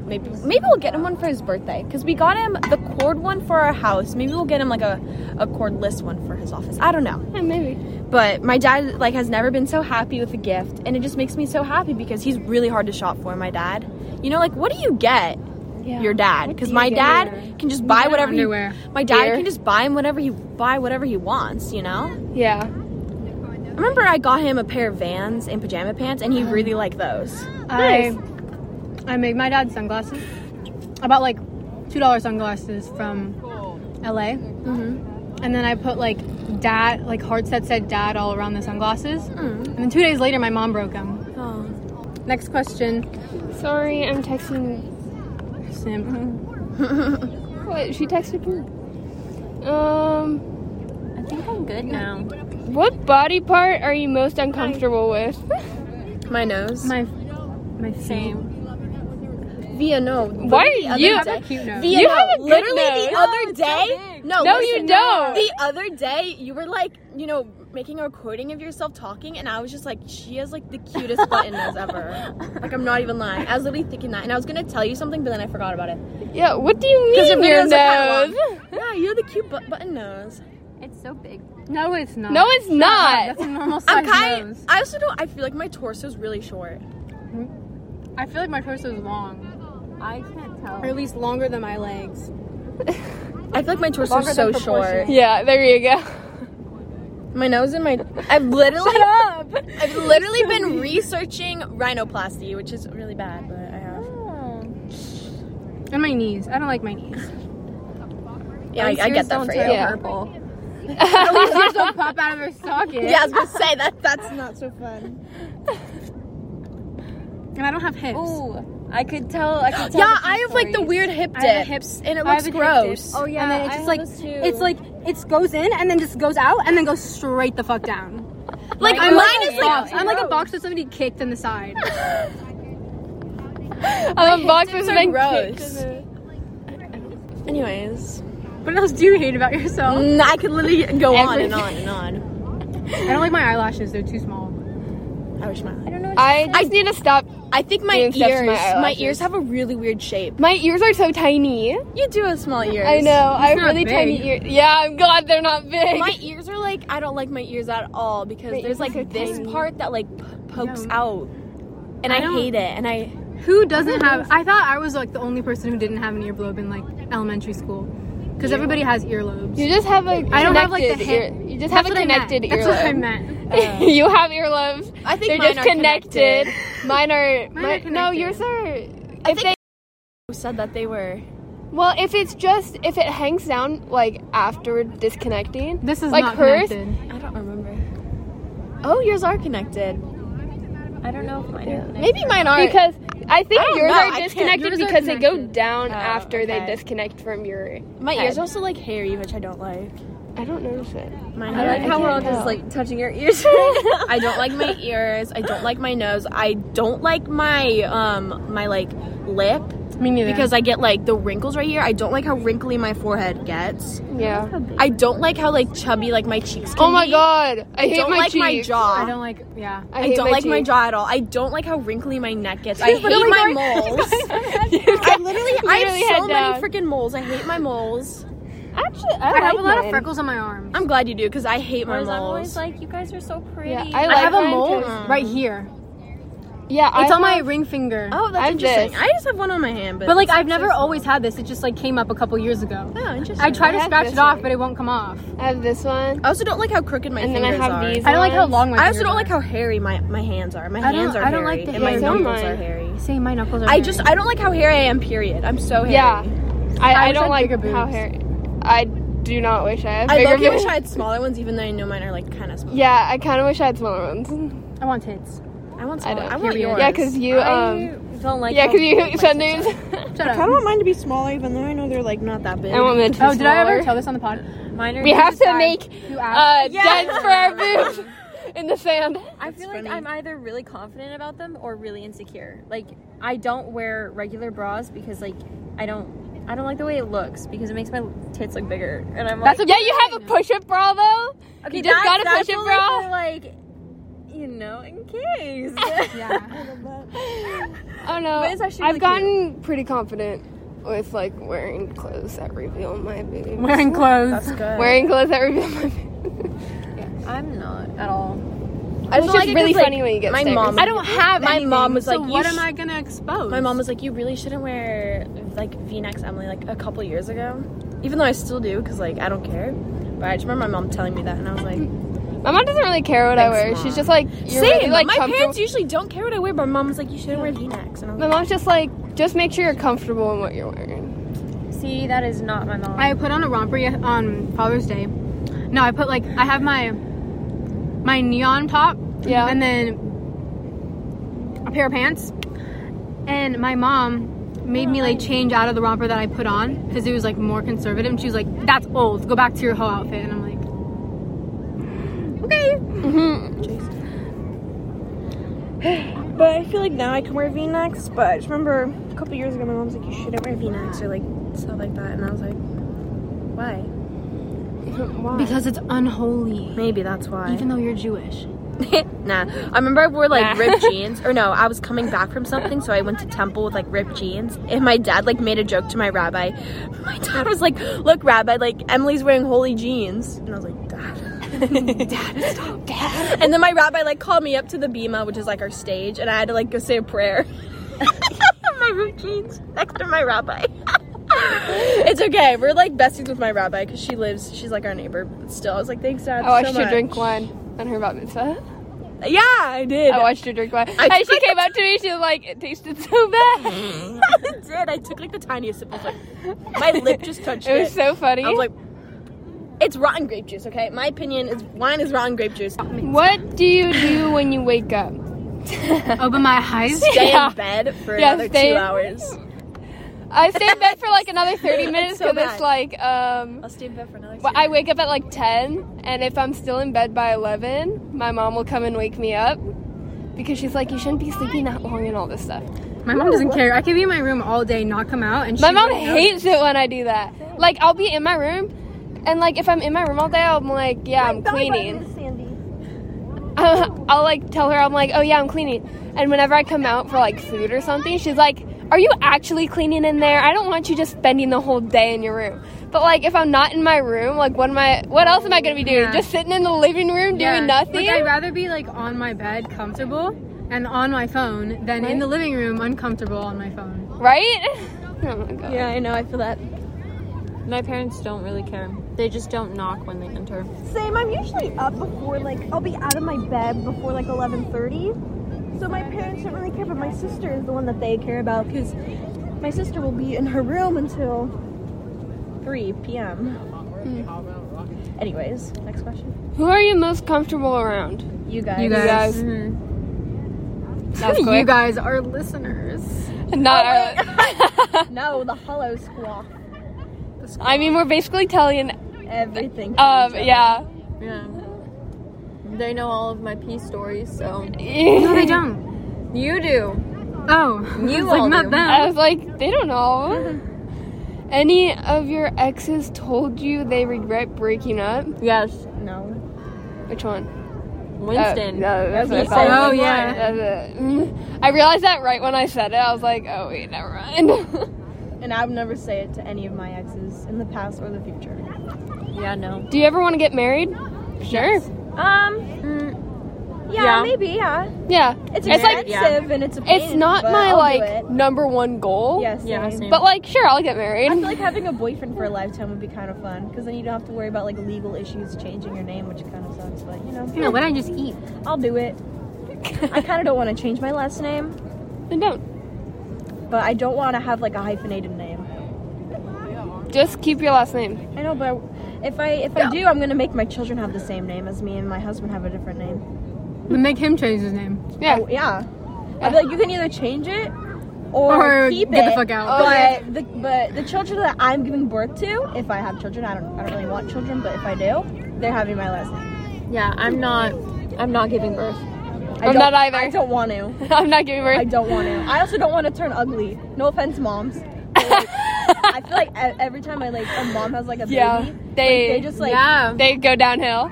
[SPEAKER 3] Maybe maybe we'll get him one for his birthday because we got him the cord one for our house. Maybe we'll get him like a a cordless one for his office. I don't know.
[SPEAKER 5] Yeah, maybe.
[SPEAKER 3] But my dad like has never been so happy with a gift, and it just makes me so happy because he's really hard to shop for. My dad. You know, like what do you get? Your dad, because my dad can just buy
[SPEAKER 2] get
[SPEAKER 3] whatever.
[SPEAKER 2] underwear.
[SPEAKER 3] He, my dad
[SPEAKER 5] Beer.
[SPEAKER 3] can just buy him whatever he buy whatever he wants. You know.
[SPEAKER 5] Yeah.
[SPEAKER 3] I remember I got him a pair of Vans and pajama pants, and he really liked those.
[SPEAKER 2] I I made my dad sunglasses. I bought like two dollar sunglasses from LA,
[SPEAKER 3] Mm-hmm.
[SPEAKER 2] and then I put like dad like hearts that said dad all around the sunglasses. And then two days later, my mom broke them.
[SPEAKER 3] Mm. Oh.
[SPEAKER 2] Next question,
[SPEAKER 5] Sorry, I'm texting.
[SPEAKER 3] Mm-hmm.
[SPEAKER 2] Simp.
[SPEAKER 5] What? She texted me. Um,
[SPEAKER 1] I think I'm good now.
[SPEAKER 5] what body part are you most uncomfortable with?
[SPEAKER 3] My nose.
[SPEAKER 2] My my
[SPEAKER 1] Same.
[SPEAKER 3] Via no.
[SPEAKER 5] Why are you?
[SPEAKER 2] cute nose.
[SPEAKER 3] Via
[SPEAKER 5] You
[SPEAKER 3] no.
[SPEAKER 5] have a good
[SPEAKER 3] Literally the
[SPEAKER 5] nose.
[SPEAKER 3] other day. No,
[SPEAKER 5] No,
[SPEAKER 3] listen,
[SPEAKER 5] you don't.
[SPEAKER 3] The other day, you were like, you know, making a recording of yourself talking, and I was just like, she has like the cutest button
[SPEAKER 2] (laughs)
[SPEAKER 3] nose ever. Like, I'm not even lying. I was literally thinking that, and I was gonna tell you something, but then I forgot about it.
[SPEAKER 5] Yeah. What do you
[SPEAKER 3] 'Cause your
[SPEAKER 5] mean your
[SPEAKER 3] videos are
[SPEAKER 5] nose?
[SPEAKER 3] kinda Yeah, you have the cute bu- button nose.
[SPEAKER 1] It's so big.
[SPEAKER 2] No, it's not.
[SPEAKER 5] No, it's not.
[SPEAKER 2] That's a normal
[SPEAKER 3] I'm
[SPEAKER 2] size
[SPEAKER 3] kind.
[SPEAKER 2] nose.
[SPEAKER 3] I also don't. I feel like my torso's really short.
[SPEAKER 2] I feel like my torso is long,
[SPEAKER 1] I can't tell.
[SPEAKER 2] or at least longer than my legs.
[SPEAKER 3] I feel like my torso's
[SPEAKER 2] Longer
[SPEAKER 3] so
[SPEAKER 2] than
[SPEAKER 3] short.
[SPEAKER 2] proportional.
[SPEAKER 5] (laughs) Yeah. There you go.
[SPEAKER 3] My nose and my I've literally
[SPEAKER 5] (laughs)
[SPEAKER 3] I've literally been researching rhinoplasty, which is really bad, but I have.
[SPEAKER 2] And my knees. I don't like my knees.
[SPEAKER 3] Yeah, I, I get that for you.
[SPEAKER 5] Yeah.
[SPEAKER 1] Purple.
[SPEAKER 2] At least yours don't pop out of their socket.
[SPEAKER 3] Yeah, I was gonna say that that's not so fun.
[SPEAKER 2] And I don't have hips.
[SPEAKER 1] Ooh, I could tell. I could tell.
[SPEAKER 3] Yeah, I have like the weird hip
[SPEAKER 2] I have a
[SPEAKER 3] dips, and it
[SPEAKER 2] I
[SPEAKER 3] looks
[SPEAKER 2] have a hip
[SPEAKER 3] gross.
[SPEAKER 2] dip.
[SPEAKER 1] Oh yeah,
[SPEAKER 2] and then
[SPEAKER 1] I
[SPEAKER 2] it's just
[SPEAKER 1] have
[SPEAKER 2] like
[SPEAKER 1] those too.
[SPEAKER 2] it's like it goes in and then just goes out and then goes straight the fuck down.
[SPEAKER 3] Like
[SPEAKER 2] I'm
[SPEAKER 3] mine
[SPEAKER 2] like
[SPEAKER 3] is
[SPEAKER 2] a
[SPEAKER 3] like
[SPEAKER 2] box. I'm like a box that somebody kicked in the side.
[SPEAKER 5] I'm a box with
[SPEAKER 3] are
[SPEAKER 5] been
[SPEAKER 3] gross.
[SPEAKER 5] kicked in the-
[SPEAKER 3] anyways.
[SPEAKER 2] what else do you hate about yourself?
[SPEAKER 3] Mm, I could literally go on and on and on.
[SPEAKER 2] I don't like my eyelashes. They're too small.
[SPEAKER 3] I wish my
[SPEAKER 5] I just need to stop.
[SPEAKER 3] I think my ears
[SPEAKER 5] Doing stuff to my
[SPEAKER 3] my,
[SPEAKER 5] eyelashes.
[SPEAKER 3] ears have a really weird shape.
[SPEAKER 5] My ears are so tiny.
[SPEAKER 3] You do have small ears.
[SPEAKER 5] I know. I have
[SPEAKER 2] not
[SPEAKER 5] really tiny
[SPEAKER 2] big.
[SPEAKER 5] ears. Yeah, I'm glad they're not
[SPEAKER 1] (laughs)
[SPEAKER 5] big.
[SPEAKER 3] My ears are like I don't like my ears at all because
[SPEAKER 5] My
[SPEAKER 3] there's
[SPEAKER 5] ears
[SPEAKER 3] like
[SPEAKER 5] are
[SPEAKER 3] this
[SPEAKER 5] tiny.
[SPEAKER 3] part that like p- pokes
[SPEAKER 2] No.
[SPEAKER 3] out, and
[SPEAKER 2] I
[SPEAKER 3] I,
[SPEAKER 2] don't-
[SPEAKER 3] hate it. And I
[SPEAKER 2] Who doesn't have? I thought I was like the only person who didn't have an earlobe in like elementary school, because everybody has earlobes.
[SPEAKER 5] you just have a.
[SPEAKER 2] I don't have, like, the
[SPEAKER 5] connected
[SPEAKER 2] hip-
[SPEAKER 5] ear- You just
[SPEAKER 2] That's
[SPEAKER 5] have a
[SPEAKER 2] what I meant.
[SPEAKER 5] connected
[SPEAKER 2] That's what I
[SPEAKER 5] earlobe.
[SPEAKER 2] meant.
[SPEAKER 5] (laughs) you have earlobes.
[SPEAKER 3] I think
[SPEAKER 5] They're
[SPEAKER 3] mine
[SPEAKER 5] just
[SPEAKER 3] are connected.
[SPEAKER 5] connected. Mine are.
[SPEAKER 2] Mine are
[SPEAKER 5] mi- No,
[SPEAKER 2] connected.
[SPEAKER 5] yours are.
[SPEAKER 3] I
[SPEAKER 5] If
[SPEAKER 3] think
[SPEAKER 5] they,
[SPEAKER 3] Who said that they were?
[SPEAKER 5] well, if it's just if it hangs down like afterward disconnecting.
[SPEAKER 2] This is
[SPEAKER 5] like
[SPEAKER 2] not
[SPEAKER 5] hers.
[SPEAKER 2] connected.
[SPEAKER 3] I don't remember. Oh, yours are connected.
[SPEAKER 1] I don't know if mine are connected.
[SPEAKER 3] Maybe mine are.
[SPEAKER 5] Because I think
[SPEAKER 3] don't
[SPEAKER 5] yours
[SPEAKER 3] know, I
[SPEAKER 5] are
[SPEAKER 3] can't-
[SPEAKER 5] disconnected
[SPEAKER 2] yours are
[SPEAKER 5] because they go
[SPEAKER 2] connected.
[SPEAKER 5] down
[SPEAKER 3] Oh,
[SPEAKER 5] after they
[SPEAKER 3] okay.
[SPEAKER 5] disconnect from your.
[SPEAKER 3] my
[SPEAKER 5] head.
[SPEAKER 3] ears are also like hairy, which I don't like.
[SPEAKER 5] I don't notice it.
[SPEAKER 3] Mine
[SPEAKER 1] I like
[SPEAKER 3] are-
[SPEAKER 1] how we're all
[SPEAKER 5] can't
[SPEAKER 1] just
[SPEAKER 5] tell.
[SPEAKER 1] like
[SPEAKER 3] (laughs)
[SPEAKER 1] touching your ears. right now.
[SPEAKER 3] I don't like my ears. I don't like my nose. I don't like my um my like lip
[SPEAKER 2] Me neither.
[SPEAKER 3] because I get like the wrinkles right here. I don't like how wrinkly my forehead gets.
[SPEAKER 5] Yeah.
[SPEAKER 3] I don't like how like chubby like my cheeks. Can
[SPEAKER 5] Oh my
[SPEAKER 3] be.
[SPEAKER 5] god. I,
[SPEAKER 3] I
[SPEAKER 5] hate
[SPEAKER 3] don't
[SPEAKER 5] my
[SPEAKER 3] like my
[SPEAKER 5] cheeks.
[SPEAKER 3] jaw.
[SPEAKER 2] I don't like. Yeah.
[SPEAKER 5] I,
[SPEAKER 3] I,
[SPEAKER 5] hate
[SPEAKER 3] don't like my
[SPEAKER 5] cheeks.
[SPEAKER 3] jaw at all. I don't like how wrinkly my neck gets. I hate my moles. I literally, I
[SPEAKER 5] Literally
[SPEAKER 3] have so
[SPEAKER 5] head
[SPEAKER 3] many
[SPEAKER 5] down.
[SPEAKER 3] freaking moles. I hate my moles.
[SPEAKER 5] Actually,
[SPEAKER 2] I,
[SPEAKER 5] I, like
[SPEAKER 2] have a lot of
[SPEAKER 5] mine.
[SPEAKER 2] freckles on my arms.
[SPEAKER 3] I'm glad you do because I hate my
[SPEAKER 1] Whereas I'm
[SPEAKER 3] moles.
[SPEAKER 1] always like, you guys are so pretty.
[SPEAKER 5] Yeah,
[SPEAKER 2] I have a
[SPEAKER 5] mine
[SPEAKER 2] mole
[SPEAKER 5] too.
[SPEAKER 2] right here.
[SPEAKER 5] Yeah,
[SPEAKER 2] It's
[SPEAKER 5] I
[SPEAKER 2] on my
[SPEAKER 5] have-
[SPEAKER 2] ring finger.
[SPEAKER 3] oh, that's
[SPEAKER 5] I'm
[SPEAKER 3] interesting.
[SPEAKER 5] this.
[SPEAKER 3] I just have one on my hand, but,
[SPEAKER 2] But like I've never always had this. It just like came up a couple years ago.
[SPEAKER 3] oh, interesting.
[SPEAKER 2] I try to
[SPEAKER 5] have
[SPEAKER 2] scratch
[SPEAKER 5] this
[SPEAKER 2] it off,
[SPEAKER 5] one.
[SPEAKER 2] but it won't come off.
[SPEAKER 5] I have this one,
[SPEAKER 3] I also don't like how crooked my
[SPEAKER 5] and then
[SPEAKER 3] fingers
[SPEAKER 5] I have
[SPEAKER 3] are.
[SPEAKER 5] these.
[SPEAKER 2] I don't like how
[SPEAKER 5] ones.
[SPEAKER 2] long my.
[SPEAKER 3] I also
[SPEAKER 2] fingers
[SPEAKER 3] don't like how
[SPEAKER 2] are.
[SPEAKER 3] hairy my, my hands are. My
[SPEAKER 2] I don't-
[SPEAKER 3] hands are
[SPEAKER 2] I don't
[SPEAKER 3] hairy,
[SPEAKER 2] like the
[SPEAKER 3] and my
[SPEAKER 5] hairs. So am
[SPEAKER 3] knuckles
[SPEAKER 5] I.
[SPEAKER 3] are hairy.
[SPEAKER 2] See, my knuckles are.
[SPEAKER 3] I
[SPEAKER 2] hairy.
[SPEAKER 3] just I don't like how hairy I am. Period. I'm so hairy.
[SPEAKER 5] Yeah, I, I,
[SPEAKER 2] wish I
[SPEAKER 5] don't
[SPEAKER 2] had
[SPEAKER 5] like
[SPEAKER 2] bigger boobs.
[SPEAKER 5] how hair. I do not wish I had
[SPEAKER 3] I
[SPEAKER 5] bigger
[SPEAKER 3] low-key
[SPEAKER 5] boobs.
[SPEAKER 3] wish I had smaller ones, even though I know mine are like kind of small.
[SPEAKER 5] yeah, I kind of wish I had smaller ones.
[SPEAKER 2] I want tits.
[SPEAKER 3] I want
[SPEAKER 5] I
[SPEAKER 3] smaller.
[SPEAKER 5] don't.
[SPEAKER 3] I want yours.
[SPEAKER 5] Yeah, because you um.
[SPEAKER 1] I don't like.
[SPEAKER 5] Yeah,
[SPEAKER 1] how
[SPEAKER 5] because you
[SPEAKER 1] big my
[SPEAKER 5] Sundays.
[SPEAKER 2] Shut
[SPEAKER 3] I kind
[SPEAKER 2] up.
[SPEAKER 3] of want mine to be smaller, even though I know they're like not that big.
[SPEAKER 5] (laughs) I want
[SPEAKER 1] (laughs)
[SPEAKER 5] them to be
[SPEAKER 2] Oh, did I ever
[SPEAKER 5] smaller.
[SPEAKER 2] tell this on the pod?
[SPEAKER 1] Mine are
[SPEAKER 5] We have to
[SPEAKER 1] bad.
[SPEAKER 5] make
[SPEAKER 2] You asked.
[SPEAKER 5] uh dents
[SPEAKER 2] (laughs)
[SPEAKER 5] for our boobs in the sand.
[SPEAKER 1] I feel like
[SPEAKER 3] funny.
[SPEAKER 1] I'm either really confident about them or really insecure. Like I don't wear regular bras because like I don't I don't like the way it looks because it makes my tits look bigger and I'm
[SPEAKER 5] That's
[SPEAKER 1] like
[SPEAKER 5] yeah, you have a push-up bra though.
[SPEAKER 1] Okay,
[SPEAKER 5] you just
[SPEAKER 1] that's-
[SPEAKER 5] got a
[SPEAKER 1] that's
[SPEAKER 5] push-up
[SPEAKER 1] only
[SPEAKER 5] bra.
[SPEAKER 1] for, like you know in case. (laughs)
[SPEAKER 2] yeah.
[SPEAKER 5] Oh no,
[SPEAKER 1] But it's actually
[SPEAKER 5] I've
[SPEAKER 1] really
[SPEAKER 5] gotten pretty confident with like wearing clothes that reveal my boobs.
[SPEAKER 2] (laughs) Wearing clothes.
[SPEAKER 3] good.
[SPEAKER 5] Wearing clothes that reveal my boobs.
[SPEAKER 1] I'm not at all.
[SPEAKER 3] I
[SPEAKER 5] It's just really funny when you get
[SPEAKER 3] my
[SPEAKER 5] stares.
[SPEAKER 3] mom.
[SPEAKER 5] I
[SPEAKER 3] don't have. My mom was like,
[SPEAKER 2] so
[SPEAKER 3] you
[SPEAKER 2] what
[SPEAKER 3] sh-
[SPEAKER 2] am I gonna expose?
[SPEAKER 3] My mom was like, you really shouldn't wear like V-necks, Emily. Like a couple years ago, even though I still do, cause like I don't care. But I just remember my mom telling me that, and I was like,
[SPEAKER 5] My mom doesn't really care what I
[SPEAKER 3] Thanks,
[SPEAKER 5] wear.
[SPEAKER 3] Mom.
[SPEAKER 5] She's just like you're
[SPEAKER 3] same.
[SPEAKER 5] really, like
[SPEAKER 3] my
[SPEAKER 5] comfortable.
[SPEAKER 3] parents usually don't care what I wear, but my mom was like, you shouldn't wear V-necks. And I was
[SPEAKER 5] my
[SPEAKER 3] like,
[SPEAKER 5] mom's just like just make sure you're comfortable in what you're wearing.
[SPEAKER 1] See, that is not my mom.
[SPEAKER 2] I put on a romper ye- on Father's Day. No, I put like I have my my neon top.
[SPEAKER 5] Yeah.
[SPEAKER 2] And then a pair of pants. And my mom made me like change out of the romper that I put on because it was like more conservative. And she was like, "That's old. Go back to your hoe outfit." And I'm like,
[SPEAKER 1] But I feel like now I can wear V-necks. But I just remember a couple years ago, my mom was like, "You shouldn't wear V-necks or like stuff like that," and I was like, "Why?"
[SPEAKER 2] "Because it's unholy."
[SPEAKER 1] Maybe that's why.
[SPEAKER 2] Even though you're
[SPEAKER 5] (laughs)
[SPEAKER 2] Jewish.
[SPEAKER 1] nah, I remember I wore like ripped jeans, or no, I was coming back from something, so I went to temple with like ripped jeans, and my dad like made a joke to my rabbi. My dad was like, "Look, rabbi, like Emily's wearing holy jeans," and I was like, "Dad." Dad, stop. Dad. And then my rabbi like called me up to the bima, which is like our stage, and I had to like go say a prayer. (laughs) in my ripped jeans next to my rabbi. (laughs) it's okay. We're like besties with my rabbi because she lives. She's like our neighbor. But still, I was like, thanks, dad.
[SPEAKER 5] I watched
[SPEAKER 1] so
[SPEAKER 5] her
[SPEAKER 1] much."
[SPEAKER 5] drink wine on her bat
[SPEAKER 1] (laughs)
[SPEAKER 5] mitzvah.
[SPEAKER 1] Yeah, I did.
[SPEAKER 5] I watched her drink wine.
[SPEAKER 1] I- Oh,
[SPEAKER 5] and she came up to me. She was like, "It tasted so bad."
[SPEAKER 1] I did. I took like the tiniest sip. I was like, my lip (laughs) just touched it.
[SPEAKER 5] It was so funny.
[SPEAKER 1] I was like, it's rotten grape juice. Okay, my opinion is wine is rotten grape
[SPEAKER 5] (laughs)
[SPEAKER 1] juice.
[SPEAKER 5] "What do you do when you wake up?"
[SPEAKER 2] Open Oh, my eyes.
[SPEAKER 1] Stay
[SPEAKER 5] Yeah.
[SPEAKER 1] in bed for
[SPEAKER 5] Yeah,
[SPEAKER 1] another
[SPEAKER 5] stay-
[SPEAKER 1] two hours.
[SPEAKER 5] I stay in bed for like another
[SPEAKER 1] (laughs)
[SPEAKER 5] 30 minutes
[SPEAKER 1] so
[SPEAKER 5] because it's
[SPEAKER 1] bad.
[SPEAKER 5] like um.
[SPEAKER 1] I'll stay in bed for another.
[SPEAKER 5] Well, I wake up at like 10, and if I'm still in bed by 11, my mom will come and wake me up because she's like, you shouldn't be sleeping that long and all this stuff.
[SPEAKER 2] My mom doesn't care. I could be in my room all day, not come out, and
[SPEAKER 5] My
[SPEAKER 2] she
[SPEAKER 5] mom
[SPEAKER 2] wouldn't know.
[SPEAKER 5] hates it when I do that. Like, I'll be in my room, and like, if I'm in my room all day, I'm like, yeah, I'm cleaning. (laughs) I'll like tell her, I'm like, oh yeah, I'm cleaning. And whenever I come out for like food or something, she's like, are you actually cleaning in there? I don't want you just spending the whole day in your room. But like, if I'm not in my room, like, what am I? What else am I gonna be doing?
[SPEAKER 2] Yeah.
[SPEAKER 5] Just sitting in the living room doing
[SPEAKER 2] Yeah.
[SPEAKER 5] nothing?
[SPEAKER 2] Like, I'd rather be like on my bed, comfortable, and on my phone than in the living room, uncomfortable on my phone.
[SPEAKER 5] right? (laughs) Oh my god.
[SPEAKER 1] Yeah, I know. I feel that.
[SPEAKER 4] My parents don't really care. They just don't knock when they enter.
[SPEAKER 3] Same. I'm usually up before like I'll be out of my bed before like 11:30. So my parents don't really care, but my sister is the one that they care about because my sister will be in her room until
[SPEAKER 1] 3 p.m. Anyways, next question.
[SPEAKER 5] Who are you most comfortable around?
[SPEAKER 1] You guys.
[SPEAKER 2] You
[SPEAKER 5] You
[SPEAKER 2] guys, Mm-hmm.
[SPEAKER 5] guys. That
[SPEAKER 2] (laughs)
[SPEAKER 5] was
[SPEAKER 2] you
[SPEAKER 5] quick.
[SPEAKER 2] guys are listeners. Oh
[SPEAKER 5] Not. uh,
[SPEAKER 1] No, the hollow squawk.
[SPEAKER 5] I mean, we're basically telling.
[SPEAKER 1] Everything.
[SPEAKER 5] Um. Yeah.
[SPEAKER 4] Yeah. They know all of my pee stories, so
[SPEAKER 2] No, they don't.
[SPEAKER 4] you do.
[SPEAKER 2] Oh, you like
[SPEAKER 4] all
[SPEAKER 2] not
[SPEAKER 4] do.
[SPEAKER 5] (laughs) I
[SPEAKER 2] them.
[SPEAKER 5] was like, they don't know. Any of your exes told you they regret breaking up?
[SPEAKER 4] Yes,
[SPEAKER 1] no.
[SPEAKER 5] Which one?
[SPEAKER 4] Winston.
[SPEAKER 5] Uh, no, that's what I
[SPEAKER 1] Winston.
[SPEAKER 5] thought.
[SPEAKER 2] Oh, yeah.
[SPEAKER 5] That's it. (laughs) Mm. I realized that right when I said it. I was like, oh wait, never mind. (laughs)
[SPEAKER 1] And I would never say it to any of my exes in the past or the future.
[SPEAKER 4] Yeah, no.
[SPEAKER 5] Do you ever want to get married? Sure.
[SPEAKER 3] um. yeah,
[SPEAKER 4] Yeah.
[SPEAKER 3] maybe yeah.
[SPEAKER 5] Yeah.
[SPEAKER 3] It's
[SPEAKER 5] Hmm. It's like-
[SPEAKER 3] expensive and it's a pain,
[SPEAKER 5] It's not
[SPEAKER 3] but
[SPEAKER 5] my
[SPEAKER 3] I'll do
[SPEAKER 5] like Oh,
[SPEAKER 3] it.
[SPEAKER 5] number one goal.
[SPEAKER 1] Yes.
[SPEAKER 4] Yeah,
[SPEAKER 1] same.
[SPEAKER 4] same.
[SPEAKER 5] But like, sure, I'll get
[SPEAKER 1] I feel
[SPEAKER 5] married.
[SPEAKER 1] like having a boyfriend for a lifetime would be kind of fun because then you don't have to worry about like legal issues changing your name, which kind of sucks. But you know,
[SPEAKER 2] You know, why don't I just eat?
[SPEAKER 1] I'll
[SPEAKER 5] (laughs)
[SPEAKER 1] do it. I kind of don't want to change my last name,
[SPEAKER 5] Then don't.
[SPEAKER 1] but I don't want to have like a hyphenated name.
[SPEAKER 5] Just keep your last name.
[SPEAKER 1] I know, but I- if I if I do, I'm gonna make my children have the same name as me, and my husband have a different name.
[SPEAKER 2] Then make him change his name.
[SPEAKER 5] Yeah.
[SPEAKER 1] Oh, yeah. I'd be like, you can either change it or,
[SPEAKER 2] Or
[SPEAKER 1] keep
[SPEAKER 2] get the
[SPEAKER 1] it,
[SPEAKER 2] fuck out.
[SPEAKER 1] But the, but the children that I'm giving birth to, if I have children, I don't I don't really want children, but if I do, they're having my last name.
[SPEAKER 4] Yeah, I'm not. I'm not giving birth.
[SPEAKER 1] I
[SPEAKER 5] I'm
[SPEAKER 1] don't-
[SPEAKER 5] not either.
[SPEAKER 1] I don't want to.
[SPEAKER 5] (laughs) I'm not giving
[SPEAKER 1] I
[SPEAKER 5] birth.
[SPEAKER 1] don't want to. I also don't want to turn ugly. No offense, moms. But, like, I feel like e- every time I like a mom has like a
[SPEAKER 5] (laughs)
[SPEAKER 1] baby,
[SPEAKER 5] Yeah. They
[SPEAKER 1] they just like
[SPEAKER 4] yeah,
[SPEAKER 5] they go downhill.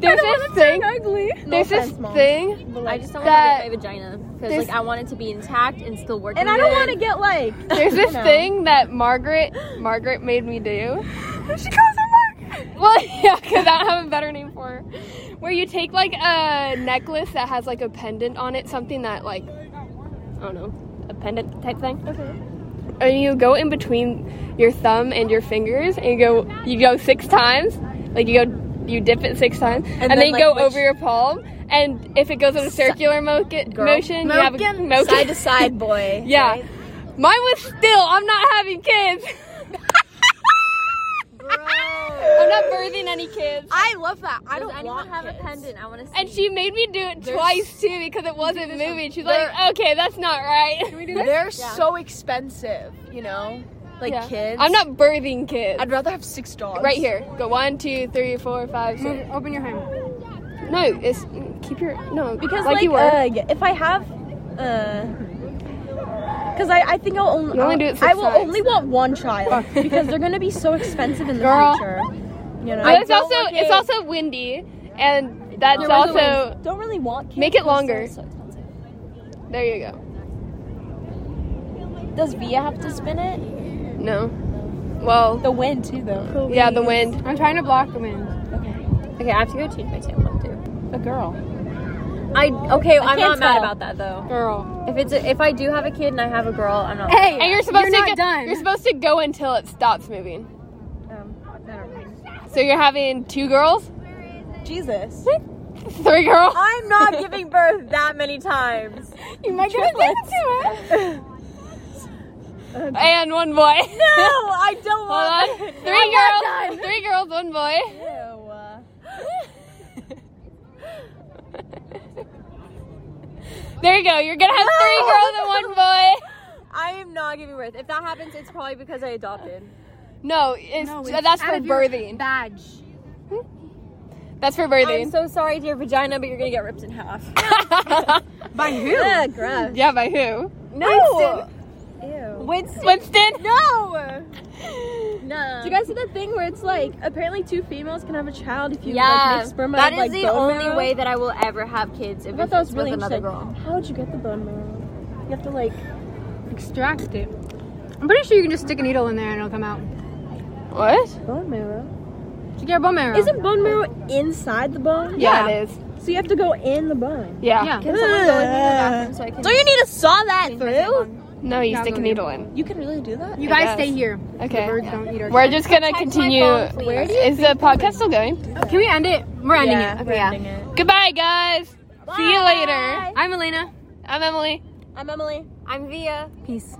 [SPEAKER 5] There's this thing.
[SPEAKER 1] ugly. No
[SPEAKER 5] There's this
[SPEAKER 1] offense, mom.
[SPEAKER 5] thing.
[SPEAKER 1] But,
[SPEAKER 4] I
[SPEAKER 1] like-
[SPEAKER 4] just don't
[SPEAKER 5] That-
[SPEAKER 4] want to get my vagina because
[SPEAKER 5] there's-
[SPEAKER 4] like I want it to be intact and still working.
[SPEAKER 1] and I don't
[SPEAKER 4] good.
[SPEAKER 1] want to
[SPEAKER 5] (laughs)
[SPEAKER 1] get like. (laughs)
[SPEAKER 5] There's
[SPEAKER 1] you
[SPEAKER 5] this
[SPEAKER 1] know.
[SPEAKER 5] thing that Margaret Margaret made me do. She calls her Margaret. Well, (laughs) yeah, because I don't have a better name for her. Where you take like a necklace that has like a pendant on it, something that like I don't know, a pendant type thing. Okay. And you go in between your thumb and your fingers, and you go you go six times. Like you go you dip it six times, and,
[SPEAKER 1] then,
[SPEAKER 5] then, you
[SPEAKER 1] like,
[SPEAKER 5] go
[SPEAKER 1] which-
[SPEAKER 5] over your palm. And if it goes in a circular mo- motion, you have a moken. (laughs)
[SPEAKER 1] side to side, boy.
[SPEAKER 5] Yeah. Mine was still, I'm not having kids.
[SPEAKER 1] Bro.
[SPEAKER 5] I'm not birthing any kids.
[SPEAKER 3] I love that. I
[SPEAKER 1] Does
[SPEAKER 3] don't
[SPEAKER 1] anyone
[SPEAKER 3] want
[SPEAKER 1] have
[SPEAKER 3] kids.
[SPEAKER 1] a pendant? I want to see.
[SPEAKER 5] And she made me do it twice too because it wasn't moving. She's like, okay, that's not
[SPEAKER 2] Can
[SPEAKER 5] right.
[SPEAKER 2] we do this?
[SPEAKER 3] They're so expensive, you know? Like
[SPEAKER 5] Yeah.
[SPEAKER 3] kids.
[SPEAKER 5] I'm not birthing kids.
[SPEAKER 3] I'd rather have six dogs.
[SPEAKER 5] right here. Go one, two, three, four, five, six.
[SPEAKER 2] Move, open your hand.
[SPEAKER 5] No, it's keep your no
[SPEAKER 1] because
[SPEAKER 5] like,
[SPEAKER 1] like,
[SPEAKER 5] you were.
[SPEAKER 1] uh, if I have, uh,
[SPEAKER 3] Because I, I think I'll only,
[SPEAKER 5] You only do it six
[SPEAKER 3] I will
[SPEAKER 5] times.
[SPEAKER 3] only want one child
[SPEAKER 1] (laughs)
[SPEAKER 3] because they're gonna be so expensive in the
[SPEAKER 5] Girl.
[SPEAKER 3] future. You know,
[SPEAKER 5] but it's
[SPEAKER 3] I
[SPEAKER 5] also
[SPEAKER 3] don't like
[SPEAKER 5] it's
[SPEAKER 3] it.
[SPEAKER 5] also windy, and that's
[SPEAKER 3] There is a
[SPEAKER 5] also
[SPEAKER 3] don't really want kids.
[SPEAKER 5] make it longer.
[SPEAKER 1] so expensive.
[SPEAKER 5] There you go.
[SPEAKER 3] Does Via have to spin it?
[SPEAKER 5] No. Well,
[SPEAKER 3] The wind too, though.
[SPEAKER 5] yeah, the wind.
[SPEAKER 2] I'm trying to block the wind.
[SPEAKER 1] Okay, I have to go change my tampon too.
[SPEAKER 3] A girl.
[SPEAKER 1] I okay. I am
[SPEAKER 3] can't
[SPEAKER 1] not mad
[SPEAKER 3] tell.
[SPEAKER 1] about that though.
[SPEAKER 2] Girl.
[SPEAKER 1] If it's a, if I do have a kid and I have a girl, I'm not.
[SPEAKER 2] Hey!
[SPEAKER 5] And you're supposed
[SPEAKER 2] not
[SPEAKER 5] to go,
[SPEAKER 2] done.
[SPEAKER 5] you're supposed to go until it stops moving.
[SPEAKER 1] Um, I don't know.
[SPEAKER 5] So you're having two girls, (laughs)
[SPEAKER 3] (laughs) Jesus.
[SPEAKER 5] three girls.
[SPEAKER 1] I'm not giving birth that many (laughs) times.
[SPEAKER 2] (laughs) you might get it to it.
[SPEAKER 5] (laughs) and one
[SPEAKER 2] (laughs)
[SPEAKER 5] boy.
[SPEAKER 1] No, I don't
[SPEAKER 5] Hold on.
[SPEAKER 1] want.
[SPEAKER 5] Three girls, three girls, one boy. There you go. You're gonna have three girls and one boy.
[SPEAKER 1] I am not giving birth. If that happens, it's probably because I adopted.
[SPEAKER 5] No, it's,
[SPEAKER 2] No, it's
[SPEAKER 5] that's
[SPEAKER 2] out
[SPEAKER 5] for
[SPEAKER 2] of your
[SPEAKER 5] birthing.
[SPEAKER 2] Badge.
[SPEAKER 5] That's for
[SPEAKER 1] I'm
[SPEAKER 5] birthing.
[SPEAKER 1] so sorry to your vagina, but you're gonna get ripped in half.
[SPEAKER 3] (laughs) By who?
[SPEAKER 1] Ugh, gross.
[SPEAKER 5] yeah, by who?
[SPEAKER 3] No.
[SPEAKER 1] Ew.
[SPEAKER 3] Winston.
[SPEAKER 5] Winston.
[SPEAKER 3] (laughs) No.
[SPEAKER 1] No.
[SPEAKER 3] Do you guys see that thing where it's like apparently two females can have a child if you
[SPEAKER 1] Yeah,
[SPEAKER 3] like make sperm out
[SPEAKER 1] that is
[SPEAKER 3] of like
[SPEAKER 1] the
[SPEAKER 3] bone
[SPEAKER 1] only
[SPEAKER 3] marrow?
[SPEAKER 1] way that I will ever have kids. If
[SPEAKER 3] I thought
[SPEAKER 1] it's
[SPEAKER 3] that was really
[SPEAKER 1] with another
[SPEAKER 3] interesting.
[SPEAKER 1] girl.
[SPEAKER 3] How would you get the bone marrow? You have to like.
[SPEAKER 2] Extract it. I'm pretty sure you can just stick a needle in there and it'll come out.
[SPEAKER 5] What?
[SPEAKER 3] Bone marrow.
[SPEAKER 2] To get a bone marrow.
[SPEAKER 3] Isn't bone marrow inside the bone?
[SPEAKER 5] Yeah, it is.
[SPEAKER 3] So you have to go in the bone.
[SPEAKER 5] Yeah.
[SPEAKER 2] Yeah.
[SPEAKER 1] Can someone go with me to the bathroom so I can?
[SPEAKER 3] Don't you need to saw that through?
[SPEAKER 5] No, you
[SPEAKER 2] Not
[SPEAKER 5] stick a
[SPEAKER 2] really.
[SPEAKER 5] needle in.
[SPEAKER 3] You can really do that.
[SPEAKER 2] You
[SPEAKER 5] I
[SPEAKER 2] guys
[SPEAKER 5] guess.
[SPEAKER 2] stay here.
[SPEAKER 5] Okay.
[SPEAKER 2] The birds don't eat our
[SPEAKER 5] We're just gonna continue.
[SPEAKER 1] please.
[SPEAKER 5] Where is the podcast still going?
[SPEAKER 2] Can we end it? We're ending it.
[SPEAKER 1] Okay, yeah.
[SPEAKER 5] Goodbye, guys. See you later.
[SPEAKER 2] I'm Elena.
[SPEAKER 5] I'm Emily.
[SPEAKER 1] I'm Emily. I'm Via.
[SPEAKER 2] Peace.